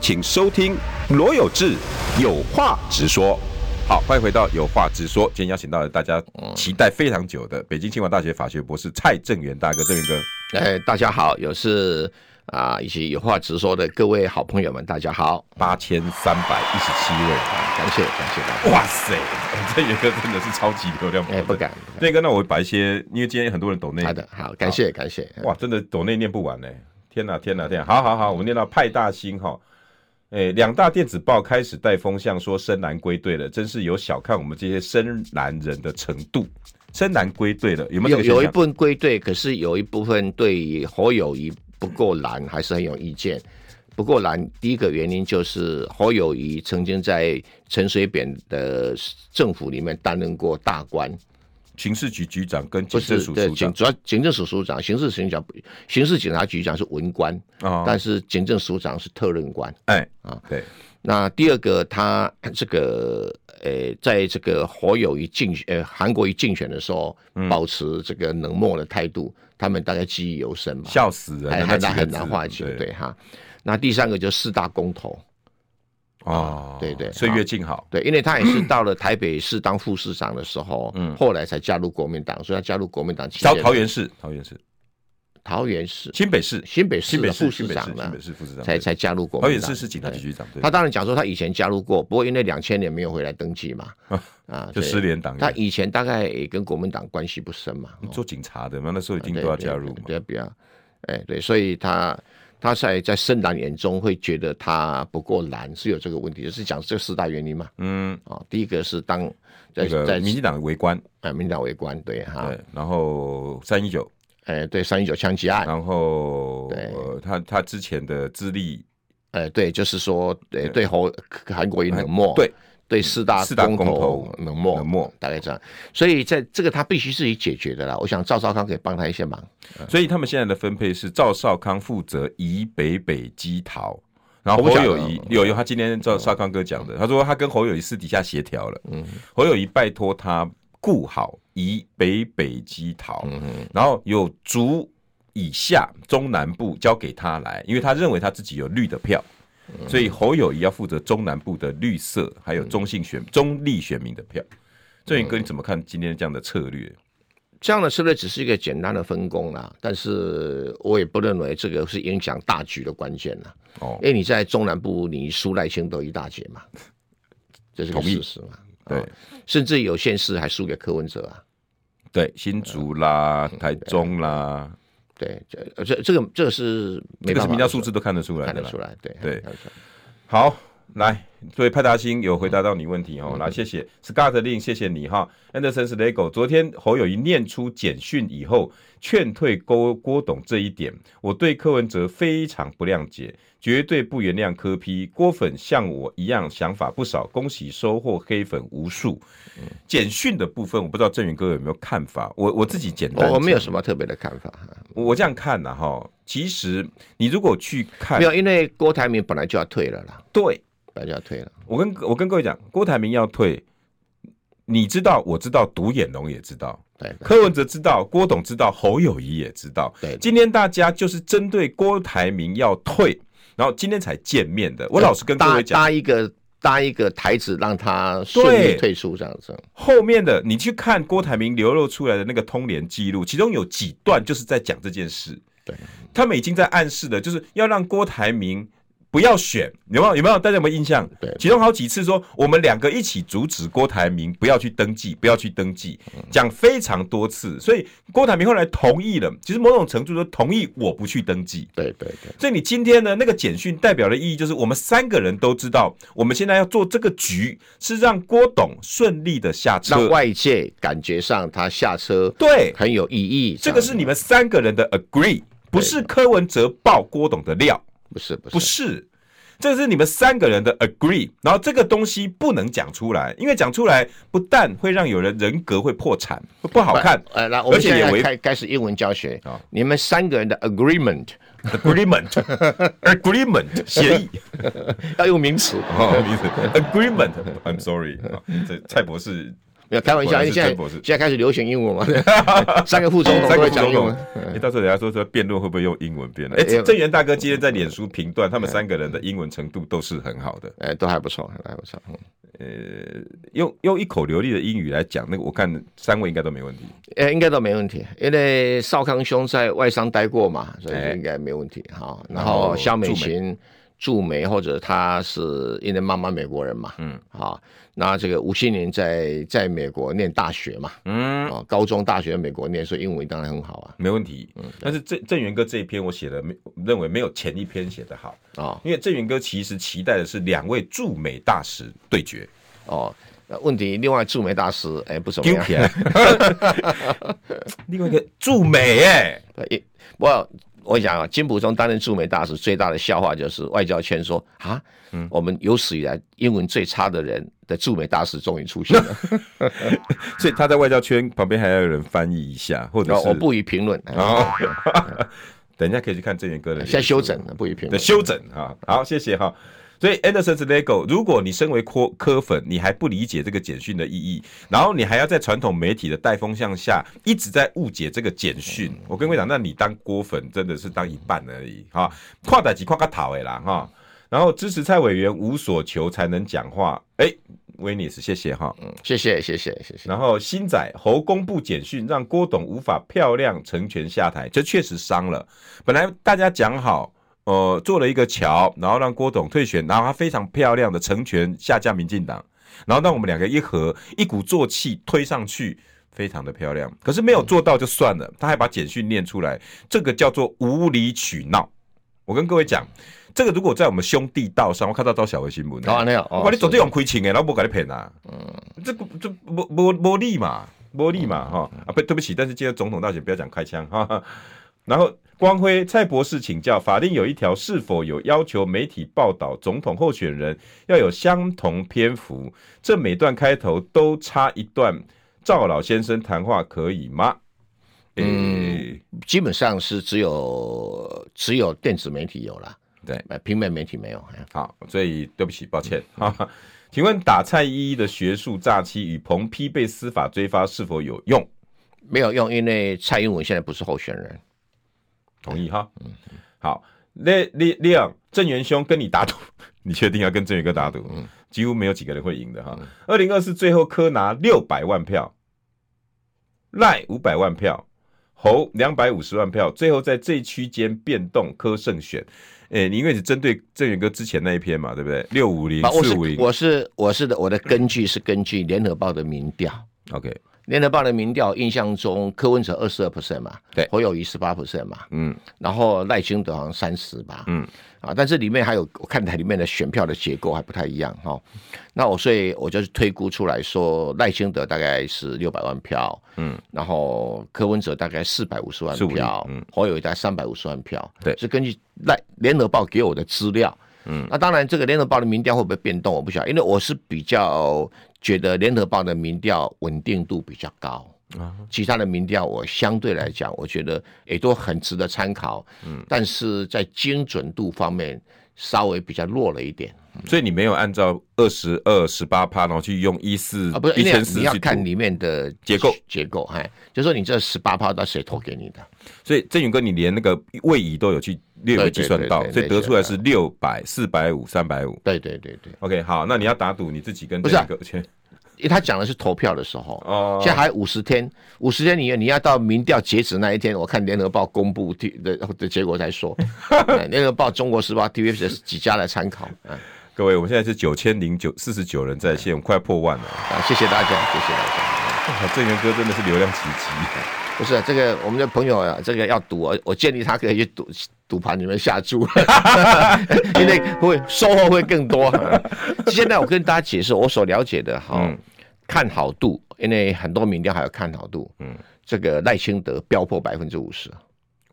F: 请收听罗有志有话直说。
A: 好，欢迎回到有话直说。今天邀请到了大家
B: 嗯
A: 期待非常久的北京清华大学法学博士蔡正元大哥，正元哥，
B: 哎，大家好，有事啊、以及有话直说的各位好朋友们，大家好，
A: 八千三百一十七位，
B: 感谢感谢大家。
A: 哇塞， [laughs] 正元哥真的是超级流量，
B: 嗯哎，不。敢，不敢
A: 那个，那我把一些，因为今天很多人抖内，
B: 好的，好，感谢感谢。
A: 哇，真的抖内念不完呢、天哪、天哪、天哪、好好好，我们念到派大星哈，诶、两大电子报开始带风向说深蓝归队了，真是有小看我们这些深蓝人的程度。深蓝归队了，有没有
B: 有
A: 这个
B: 有
A: 现
B: 一
A: 象
B: 部分归队，可是有一部分对侯友谊不够蓝还是很有意见。不够蓝，第一个原因就是侯友谊曾经在陈水扁的政府里面担任过大官，
A: 刑事局局长跟
B: 不
A: 警政
B: 是
A: 署
B: 对
A: 署
B: 警
A: 长
B: 主要警政署署长、刑事警察、刑事警察局长是文官，
A: 啊
B: 但是警政署长是特任官。
A: 哎
B: 啊
A: 对，
B: 那第二个，他这个呃，在这个侯友谊竞选呃韩国瑜竞选的时候，
A: 嗯
B: 保持这个冷漠的态度，他们大概记忆犹深嘛，
A: 笑死人
B: 还
A: 了，
B: 哎很
A: 那
B: 难
A: 几个
B: 很
A: 字
B: 难化解，
A: 对
B: 对哈。那第三个就是四大公投，
A: 哦，
B: 对对
A: 岁
B: 好
A: 月静好，
B: 对，因为他也是到了台北市当副市长的时候，嗯，后来才加入国民党，所以他加入国民党期
A: 桃
B: 间，
A: 桃园市，桃园市，
B: 桃园市
A: 新北市，
B: 新北市
A: 新北
B: 的
A: 市，
B: 副
A: 新北
B: 市
A: 市，
B: 长
A: 新
B: 呢
A: 北，市副市长，
B: 才
A: 对
B: 才加入国
A: 桃
B: 民
A: 园
B: 党。
A: 市是警察
B: 对
A: 局局长，对
B: 他，当然讲说他以前加入过，不过因为两千年没有回来登
A: [laughs]
B: 记嘛，啊，
A: 就
B: 对
A: 失联党员
B: 他以前大概也跟国民党关系不深嘛，哦啊
A: 做警察的嘛，那时候已经嗯
B: 对
A: 都要
B: 对
A: 加入嘛，
B: 对，不要，哎，对，所以他他在在深蓝眼中会觉得他不够蓝，是有这个问题，就是讲这四大原因嘛。
A: 嗯，
B: 哦，第一个是当在
A: 那
B: 在啊
A: 个民进党围观，
B: 哎民进党为官，对哈
A: 对，，然后三一九，
B: 哎对三一九枪击案，
A: 然后
B: 对
A: 呃，他他之前的资历，
B: 哎对，就是说对对侯韩国瑜冷漠，
A: 哎对，
B: 对四大
A: 四大公
B: 公
A: 投
B: 投冷漠
A: 冷漠，
B: 大概这样。所以在这个他必须自己解决的啦。我想赵少康可以帮他一些忙。
A: 所以他们现在的分配是赵少康负责以北北基桃。然后
B: 哦我
A: 侯
B: 不晓得
A: 友谊有有，他今天赵少康哥讲的，他说他跟侯友谊私底下协调了，
B: 嗯
A: 侯友谊拜托他顾好以北北基桃，
B: 嗯
A: 然后有竹以下中南部交给他来，因为他认为他自己有绿的票，
B: 嗯
A: 所以侯友谊要负责中南部的绿色，还有中性选中立选民的票。
B: 嗯
A: 郑宇哥，你怎么看今天这样的策略？
B: 哦这样的策略只是一个简单的分工啦，但是我也不认为这个是影响大局的关键啦。
A: 哦
B: 因为你在中南部，你输赖清德一大截嘛，这是个
A: 同意
B: 事实嘛。
A: 对
B: 啊甚至有县市还输给柯文哲啊。
A: 对，新竹啦、
B: 嗯
A: 台中啦，
B: 对，这这这个这个是啊没
A: 这个
B: 办
A: 是
B: 法
A: 民调数字都看得出来
B: 看
A: 的
B: 得
A: 啦
B: 出。来，对
A: 对
B: 看得出来
A: 好，来，所以派大星有回答到你问题
B: 嗯
A: 哦，来，谢谢 Scott Lin，谢谢你哈。Anderson s l e g o 昨天侯友谊念出简讯以后，劝退郭郭董这一点，我对柯文哲非常不谅解，绝对不原谅柯批。郭粉像我一样想法不少，恭喜收获黑粉无数。
B: 嗯
A: 简讯的部分，我不知道郑云哥有没有看法，我我自己简单，
B: 哦我我没有什
A: 么，
B: 么特别的看法，啊
A: 我这样看呢哈，其实你如果去看
B: 没，有，因为郭台铭本来就要退了啦，
A: 对。
B: 大家退了。
A: 我跟我跟各位讲，郭台铭要退，你知道，我知道，独眼龙也知道，
B: 对，对
A: 柯文哲知道，郭董知道，侯友谊也知道。
B: 对
A: 今天大家就是针对郭台铭要退，然后今天才见面的。我老实跟各
B: 搭
A: 位讲，
B: 搭一个搭一个台子，让他顺
A: 对
B: 利退出这样子。
A: 后面的你去看郭台铭流露出来的那个通联记录，其中有几段就是在讲这件事。
B: 对，
A: 他们已经在暗示了，就是要让郭台铭。不要选，有没有？有没有？大家有没有印象？
B: 对
A: 其中好几次说我们两个一起阻止郭台铭不要去登记，不要去登记，
B: 嗯
A: 讲非常多次，所以郭台铭后来同意了。其实某种程度说同意我不去登记，
B: 对对对，
A: 所以你今天呢，那个简讯代表的意义就是，我们三个人都知道，我们现在要做这个局是让郭董顺利的下
B: 让
A: 车。
B: 外界感觉上他下车
A: 对，
B: 很有意义。
A: 这个是你们三个人的 agree，不是柯文哲爆郭董的料，
B: 不是不是
A: 不是。这是你们三个人的 agree，然后这个东西不能讲出来，因为讲出来不但会让有人人格会破产，会不好看
B: 呃，那我们
A: 而且
B: 现
A: 也啊
B: 在
A: 违
B: 开开始英文教学
A: 好。
B: 你们三个人的
A: [laughs]
B: agreement [laughs]
A: ，agreement，agreement 协议。
B: 要用名词，
A: 哦，名字
B: [laughs]
A: agreement，I'm sorry，啊这蔡博士
B: 没有开玩
A: 果
B: 笑，
A: 然
B: 因
A: 是
B: 为现在
A: 真博士
B: 现在开始流行英文嘛，
A: [laughs]
B: 三个副总统
A: 三个
B: 都会
A: 副
B: 讲
A: 总
B: 英
A: 统
B: 文。，
A: 你到时候人家说说辩论会不会用英文辩嗯论？哎、嗯
B: 哎呦
A: 郑源大哥今天在脸书评断，他们三个人的英文程度都是很好的。
B: 哎，都还不错，还不错。嗯
A: 用用一口流利的英语来讲，那个我看三位应该都没问题。
B: 哎，应该都没问题，因为邵康兄在外商待过嘛，所
A: 哎
B: 以应该没问题哈。然
A: 然后
B: 后肖美
A: 驻美
B: 琴、驻美或者他是因为妈妈美国人嘛，嗯，啊，那这个吴新林在在美国念大学嘛，
A: 嗯，
B: 啊，高中、大学在美国念，所以英文当然很好啊，
A: 没问题。但是郑郑源哥这一篇我写的没认为没有前一篇写的好，
B: 啊，
A: 因为郑源哥其实期待的是两位驻美大使对决。
B: 哦，那问题另外驻美大师哎不怎么
A: 丢
B: 样，
A: 钱。 [laughs] 另外一个驻美哎、
B: 对，不过我想啊，金溥聪担任驻美大使最大的笑话就是外交圈说啊，
A: 嗯
B: 我们有史以来英文最差的人的驻美大使终于出现了。
A: 所以他在外交圈旁边还要有人翻译一下，或者
B: 然
A: [laughs]
B: 后
A: 是
B: 我不予评论，
A: 哦，等一下可以去看郑源哥的脸书，
B: 现在修整了，不予评
A: 的
B: 论。
A: 修整哈。好，谢谢哈。所以 Anderson's Lego，如果你身为科科粉，你还不理解这个简讯的意义，然后你还要在传统媒体的带风向下一直在误解这个简
B: 嗯
A: 讯，我跟各位讲，那你当郭粉真的是当一半而已哈，跨代级跨个讨诶啦哈。然后支持蔡委员无所求才能讲话，哎，威尼斯谢谢哈。
B: 嗯谢谢，谢谢，谢谢。
A: 然后新仔侯公布简讯，让郭董无法漂亮成全下台，这确实伤了。本来大家讲好，呃，做了一个桥，然后让郭董退选，然后他非常漂亮的成全下架民进党，然后让我们两个一合，一鼓作气推上去。非常的漂亮，可是没有做到就算了，他还把简讯念出来，这个叫做无理取闹。我跟各位讲，这个如果在我们兄弟道上，我看到招小微新闻，
B: 好，安尼哦，
A: 我讲你绝对
B: 是
A: 用亏钱的，老婆给你骗啊！嗯，这个这无无无理嘛，无理嘛哈啊！不，对不起，但是今天总统大选不要讲开枪哈。哈然后光辉蔡博士请教，法令有一条是否有要求媒体报道总统候选人要有相同篇幅，这每段开头都插一段赵老先生谈话可以吗？诶、
B: 基本上是只有只有电子媒体有了，
A: 对，
B: 呃平面媒体没有。哎
A: 好，所以对不起，抱歉哈。请问打蔡依依的学术诈欺与彭批被司法追发是否有用？
B: 没有用，因为蔡英文现在不是候选人。
A: 同意哈。
B: 嗯
A: 好，那那那样，郑源兄跟你打赌， [laughs] 你确定要跟郑源哥打赌？
B: 嗯
A: 几乎没有几个人会赢的哈。二零二四最后柯拿六百万票，赖五百万票，侯两百五十万票，最后在这区间变动，柯胜选。诶、你因为是针对郑源哥之前那一篇嘛，对不对？六五零
B: 啊我
A: 四
B: 是
A: 五零
B: 我是我是的，我的根据是根据联合报的民调。
A: ，OK，
B: 联合报的民调印象中，柯文哲二十二 percent 嘛，
A: 对
B: 侯友谊十八 percent 嘛，
A: 嗯，
B: 然后赖清德好像三十吧，
A: 嗯，
B: 啊，但是里面还有我看台里面的选票的结构还不太一样哈、那我所以我就是推估出来说，赖清德大概是六百万票，
A: 嗯，
B: 然后柯文哲大概四百五十万
A: 450
B: 票，
A: 嗯，
B: 侯友谊大概三百五十万票，
A: 对
B: 是根据赖联合报给我的资料。
A: 嗯
B: 那当然，这个联合报的民调会不会变动，我不晓得，因为我是比较觉得联合报的民调稳定度比较高。其他的民调，我相对来讲，我觉得也都很值得参考。嗯，但是在精准度方面，稍微比较弱了一点
A: 嗯所以你没有按照二十二、十八趴，然后去用一四
B: 啊，不是，
A: 嗯一
B: 因为
A: 千四
B: 你要
A: 去
B: 看
A: 赌
B: 里面的
A: 结构
B: 结构，哎，就说你这十八趴到谁投给你的？
A: 所以振宇哥，你连那个位移都有去略微计算到
B: 对，对对啊
A: 所以
B: 对
A: 得出来是六百、四百五、三百五。
B: 对对对对，
A: OK，好，那你要打赌你自己跟
B: 不是啊
A: 振宇哥签
B: 因为他讲的是投票的时候，
A: 哦
B: 现在还五十天，五十天你你要到民调截止那一天，我看联合报公布的的的结果
A: [laughs]
B: 再说。哎联合报、中国时报、TVBS 几家来参考啊
A: 各位，我们现在是九千零九四十九人在线，我们快破万了。
B: 啊！谢谢大家，谢谢大家。
A: 哇，振宇哥真的是流量奇迹。
B: 不是、这个，我们的朋友啊，这个要赌，我我建议他可以去赌赌盘里面下注，因为会收获会更多。现在我跟大家解释我所了解的哈，
A: 嗯
B: 看好度，因为很多民调还有看好度，嗯，这个赖清德飙破百分之五十，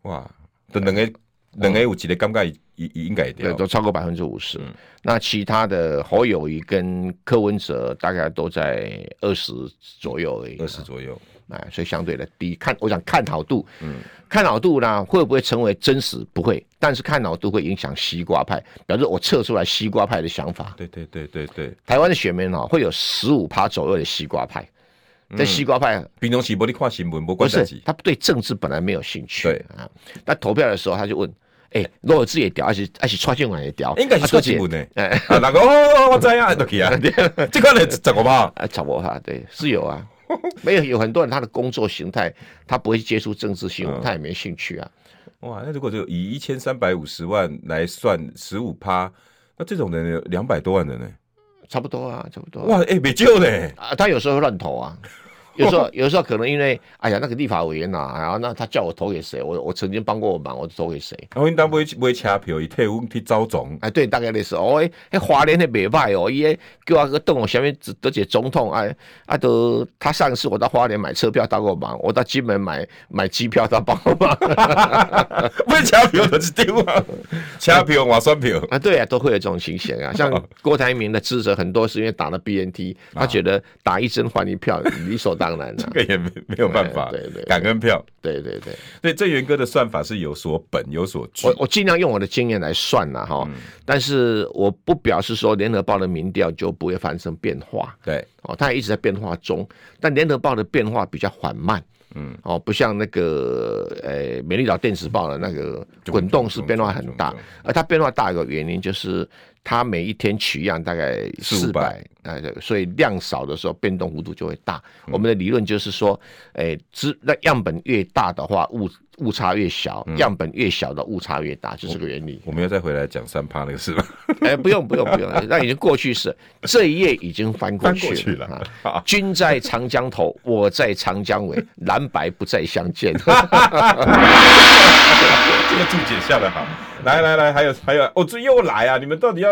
A: 哇，等等 A 等 A 五级的尴尬也也应该
B: 对，
A: 掉。
B: 都超过百分之五十。那其他的侯友谊跟柯文哲大概都在二十左右而已，
A: 二十左右，
B: 哎，所以相对的低。看我想看好度，嗯，看好度呢会不会成为真实？不会，但是看好度会影响西瓜派，表示我测出来西瓜派的想法。
A: 对对对对对，
B: 台湾的选民哦，会有十五趴左右的西瓜派，
A: 嗯
B: 这西瓜派
A: 平常时不你看新闻，不
B: 不
A: 关
B: 是
A: 自己。
B: 他对政治本来没有兴趣，
A: 对
B: 啊。那投票的时候他就问。哎、如果自己也屌，而且而且蔡英文也屌，
A: 应该是
B: 啊都
A: 蔡英文
B: 解
A: 呢
B: 哎，
A: 啊，那个哦，我知啊，都
B: [laughs]
A: 去啊，这个人怎么吧？
B: 啊，差不多哈，对，是有啊，没有有很多人他的工作形态，他不会接触政治新
A: 嗯
B: 闻，他也没兴趣啊。
A: 哇，那如果就以一千三百五十万来算十五趴，那这种人有两百多万人呢、
B: 差不多啊，差不多、啊。
A: 哇，哎、没救嘞！
B: 啊，他有时候会乱投啊，有时候有时候可能因为哎呀那个立法委员呐、然后那他叫我投给谁，我我曾经帮过我忙，我投给谁？
A: 啊，阮当买买车票，伊替阮去走
B: [laughs]
A: 总，
B: 哎，对，大概类似哦，哎，哎华联的袂歹哦，伊诶叫我个邓我下面得解总统哎啊都他上次我到花莲买车票他给我忙，我到金门买买机票他帮我忙 [laughs]
A: 买车票就是丢啊，车票换选票，
B: 啊，对啊，都会有这种情形啊。像郭台铭的支持很多是因为打了 BNT，他觉得打一针换一票理所当然了、
A: [laughs] 这个也没没有办法，
B: 对对对
A: 感恩票。
B: 对对对。
A: 对，郑源哥的算法是有所本有所据
B: 我，我尽量用我的经验来算了哈，但是我不表示说联合报的民调就不会发生变化
A: 对，
B: 哦，它也一直在变化中，但联合报的变化比较缓慢，嗯，哦，不像那个呃美丽岛电子报的那个滚动式变化很大
A: 就就就，
B: 而它变化大有个原因就是它每一天取样大概四百
A: 400，
B: 哎，对所以量少的时候变动幅度就会大。
A: 嗯
B: 我们的理论就是说，哎，资那样本越大的话误。误差越小，
A: 嗯
B: 样本越小的误差越大，就这个原理。
A: 我们要再回来讲三趴那个事吧。 [laughs]
B: 哎，不用不用不用，那已经过去式，这一页已经翻过去
A: 翻过去 [laughs] 了
B: 啊、君在长江头，我在长江尾，蓝白不再相
A: [laughs]
B: 见。
A: 这个注解下的好，来来来，还有还有，哦，这又来啊！你们到底要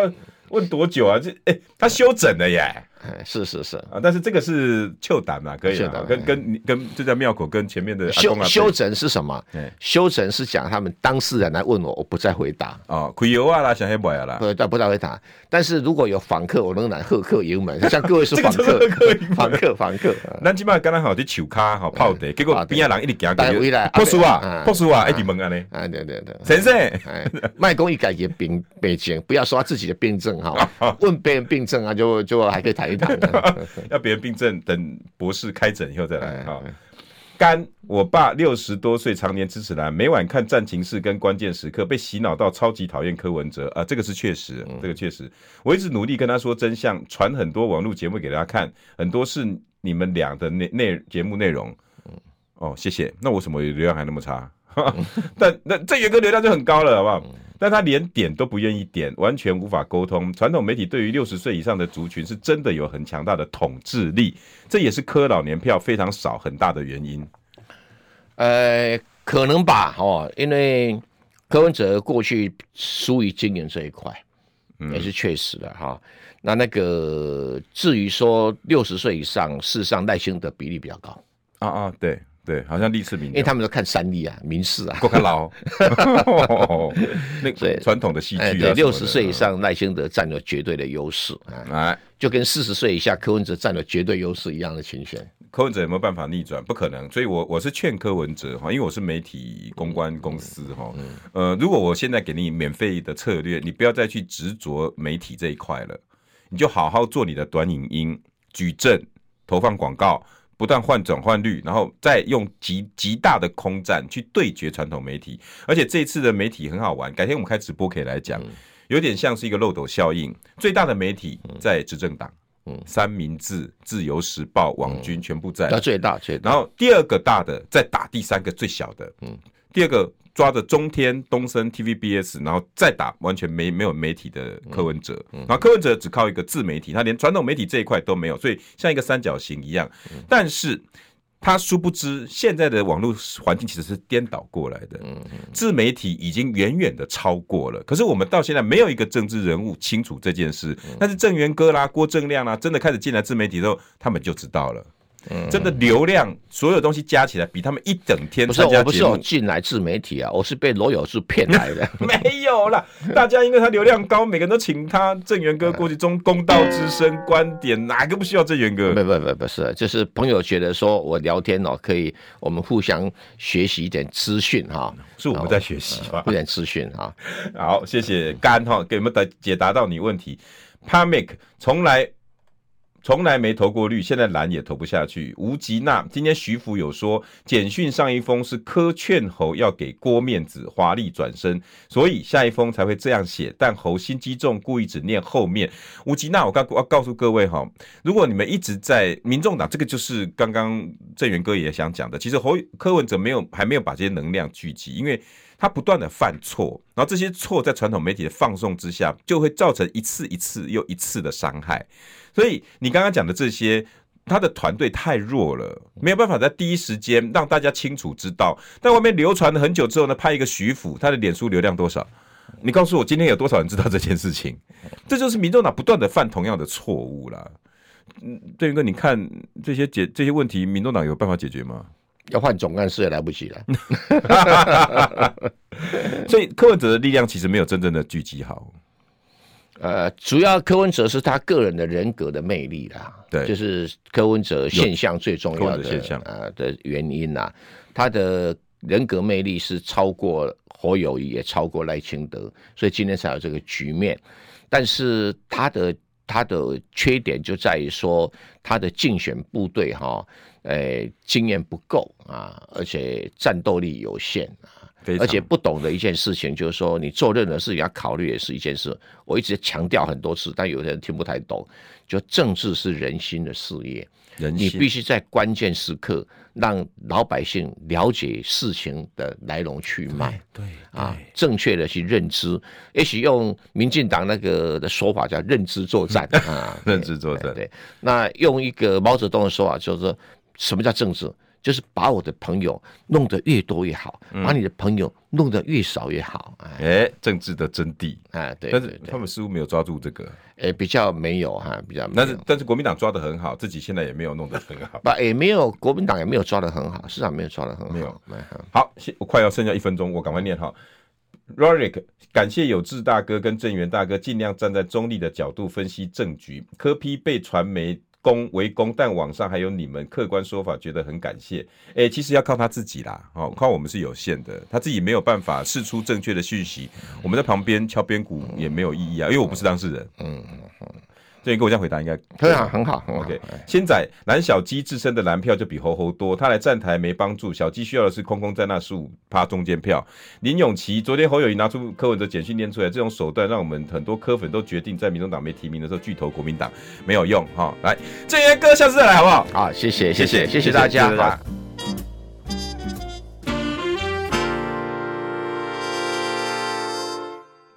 A: 问多久啊？这哎、他休整了耶。
B: 哎是是是，
A: 啊，但是这个是旧胆嘛，可以
B: 旧
A: 啊，
B: 胆
A: 跟跟跟就在庙口跟前面的阿公
B: 修
A: 啊
B: 修整是什么
A: 对？
B: 修整是讲他们当事人来问我，我不再回答。
A: 啊，亏油啊啦，想黑白啊啦，
B: 对，但不太回答。但是如果有访客，我仍然贺客迎门，像各位是
A: [laughs]
B: 访
A: 这个
B: 客
A: 就是贺客迎门，
B: 访客，访客。啊
A: 咱即摆刚刚好伫树骹吼泡茶，结果边仔人一直行
B: 哎带回来
A: 博士啊
B: 啊，
A: 博士啊，一直问安尼，
B: 啊，对对对。
A: 先生， [laughs]
B: 哎，卖公益改革病病症，不要说他自己的病症
A: [laughs]
B: 哈，问别人病症啊，就就还可以谈一谈。
A: 要别人病症等博士开诊以后再来啊。肝，我爸六十多岁，常年支持蓝，每晚看《战情室》跟《关键时刻》，被洗脑到超级讨厌柯文哲啊，这个是确实，这个确实，我一直努力跟他说真相，传很多网络节目给他看，很多是你们俩的内内节目内容。哦，谢谢。那我什么流量还那么差？ [laughs] 但那这元哥流量就很高了，好不好？但他连点都不愿意点，完全无法沟通。传统媒体对于六十岁以上的族群是真的有很强大的统治力，这也是科老年票非常少很大的原因。
B: 呃，可能吧，哦，因为柯文哲过去疏于经营这一块，
A: 嗯
B: 也是确实的哈、那那个至于说六十岁以上，事实上耐心的比例比较高，
A: 啊啊，对对，好像历史名
B: 因为他们都看三例啊、民事啊。
A: 够看
B: [laughs]
A: 老，那
B: 对
A: 传统的戏剧啊
B: 哎，
A: 什么
B: 对，
A: 的嗯
B: 六十岁以，上，赖清德占有绝对的优势啊，
A: 哎，
B: 就跟四十岁以下柯文哲占有绝对优势一样的情形。
A: 柯文哲有没有办法逆转？不可能，所以我我是劝柯文哲哈，因为我是媒体公关公司哈，呃，如果我现在给你免费的策略，你不要再去执着媒体这一块了，你就好好做你的短影音、矩阵、投放广告，不断换转换率，然后再用极极大的空战去对决传统媒体。而且这一次的媒体很好玩，改天我们开直播可以来讲，有点像是一个漏斗效应，最大的媒体在执政党。三明治、自由时报、网军全部在，
B: 那最大最大，
A: 然后第二个大的再打第三个最小的，嗯，第二个抓着中天、东森、TVBS，然后再打完全没没有媒体的柯文哲，然后柯文哲只靠一个自媒体，他连传统媒体这一块都没有，所以像一个三角形一样，但是。他殊不知，现在的网络环境其实是颠倒过来的。
B: 嗯
A: 自媒体已经远远的超过了，可是我们到现在没有一个政治人物清楚这件事。
B: 嗯
A: 但是郑源哥啦、郭正亮啊啦，真的开始进来自媒体之后，他们就知道了。
B: 嗯
A: 真的流量，所有东西加起来，比他们一整天
B: 不是
A: 参加
B: 我不是
A: 节
B: 有
A: 目
B: 进来自媒体啊，我是被罗有志骗来的。
A: [laughs] 没有啦。大家因为他流量高，每个人都请他。郑源哥过去中公道之声观点，哪个不需要郑源
B: 不
A: 哥？
B: 不不不是，就是朋友觉得说我聊天哦，可以我们互相学习一点资讯哈，
A: 是我们在学习吧
B: 一？点资讯哈。
A: 好，谢谢干哈，给我们的解答到你问题。Pamic 从来从来没投过绿，现在蓝也投不下去。吴吉娜今天徐福有说，简讯上一封是柯劝侯要给郭面子，华丽转身，所以下一封才会这样写。但侯心机重，故意只念后面。吴吉娜，我告我要告诉各位哈，如果你们一直在民众党，这个就是刚刚郑源哥也想讲的，其实侯柯文哲没有还没有把这些能量聚集，因为。他不断的犯错，然后这些错在传统媒体的放送之下，就会造成一次一次又一次的伤害。所以你刚刚讲的这些，他的团队太弱了，没有办法在第一时间让大家清楚知道。但外面流传了很久之后呢，拍一个徐府，他的脸书流量多少？你告诉我，今天有多少人知道这件事情？这就是民众党不断的犯同样的错误啦。嗯，对云哥，你看这些解这些问题，民众党有办法解决吗？
B: 要换总干事也来不及了，
A: 所以柯文哲的力量其实没有真正的聚集好。
B: 呃，主要柯文哲是他个人的人格的魅力啦，
A: 对
B: 就是柯文哲现象最重
A: 柯
B: 要
A: 文
B: 的
A: 哲现象
B: 呃的原因啦、他的人格魅力是超过侯友谊，也超过赖清德，所以今天才有这个局面。但是他的他的缺点就在于说，他的竞选部队哈，呃，经验不够啊，而且战斗力有限啊，
A: 非常
B: 而且不懂的一件事情就是说，你做任何事情要考虑也是一件事。我一直强调很多次，但有的人听不太懂。就政治是人心的事业，
A: 人
B: 你
A: 性
B: 必须在关键时刻让老百姓了解事情的来龙去脉。
A: 对
B: 啊，正确的去认知，也许用民进党那个的说法叫认知
A: [laughs]
B: 作战啊，
A: [laughs] 认知作战
B: 对对，那用一个毛泽东的说法，就是说什么叫政治？就是把我的朋友弄得越多越好，
A: 嗯
B: 把你的朋友弄得越少越好。哎
A: 哎、政治的真谛。
B: 哎，对，
A: 但
B: 对
A: 是
B: 对
A: 他们似乎没有抓住这个，
B: 哎比较没有哈，比较没
A: 但是
B: 有。
A: 但是国民党抓的很好，自己现在也没有弄得很好。
B: 不，也没有国民党也没有抓得很好，市场没有抓得很好，
A: 没有
B: 哎哈
A: 好，现我快要剩下一分钟，我赶快念哈。Rorik，感谢有志大哥跟郑源大哥尽量站在中立的角度分析政局。柯批被传媒攻围攻，但网上还有你们客观说法，觉得很感谢。哎、其实要靠他自己啦，哦，靠我们是有限的，他自己没有办法释出正确的讯息，我们在旁边敲边鼓也没有意义啊，因为我不是当事人。嗯，郑源跟我这样回答应该
B: 非常很好，很好。
A: OK，
B: 哎
A: 先仔蓝小鸡自身的蓝票就比猴猴多，他来站台没帮助，小鸡需要的是空空在那十五趴中间票。林永琪昨天侯友谊拿出柯文哲简讯念出来，这种手段让我们很多柯粉都决定在民众党没提名的时候拒投国民党，没有用哈。来，郑源哥下次再来好不好？
B: 好，谢谢，
A: 谢
B: 谢
A: 谢
B: 谢谢大家，
A: 谢谢大家
B: 好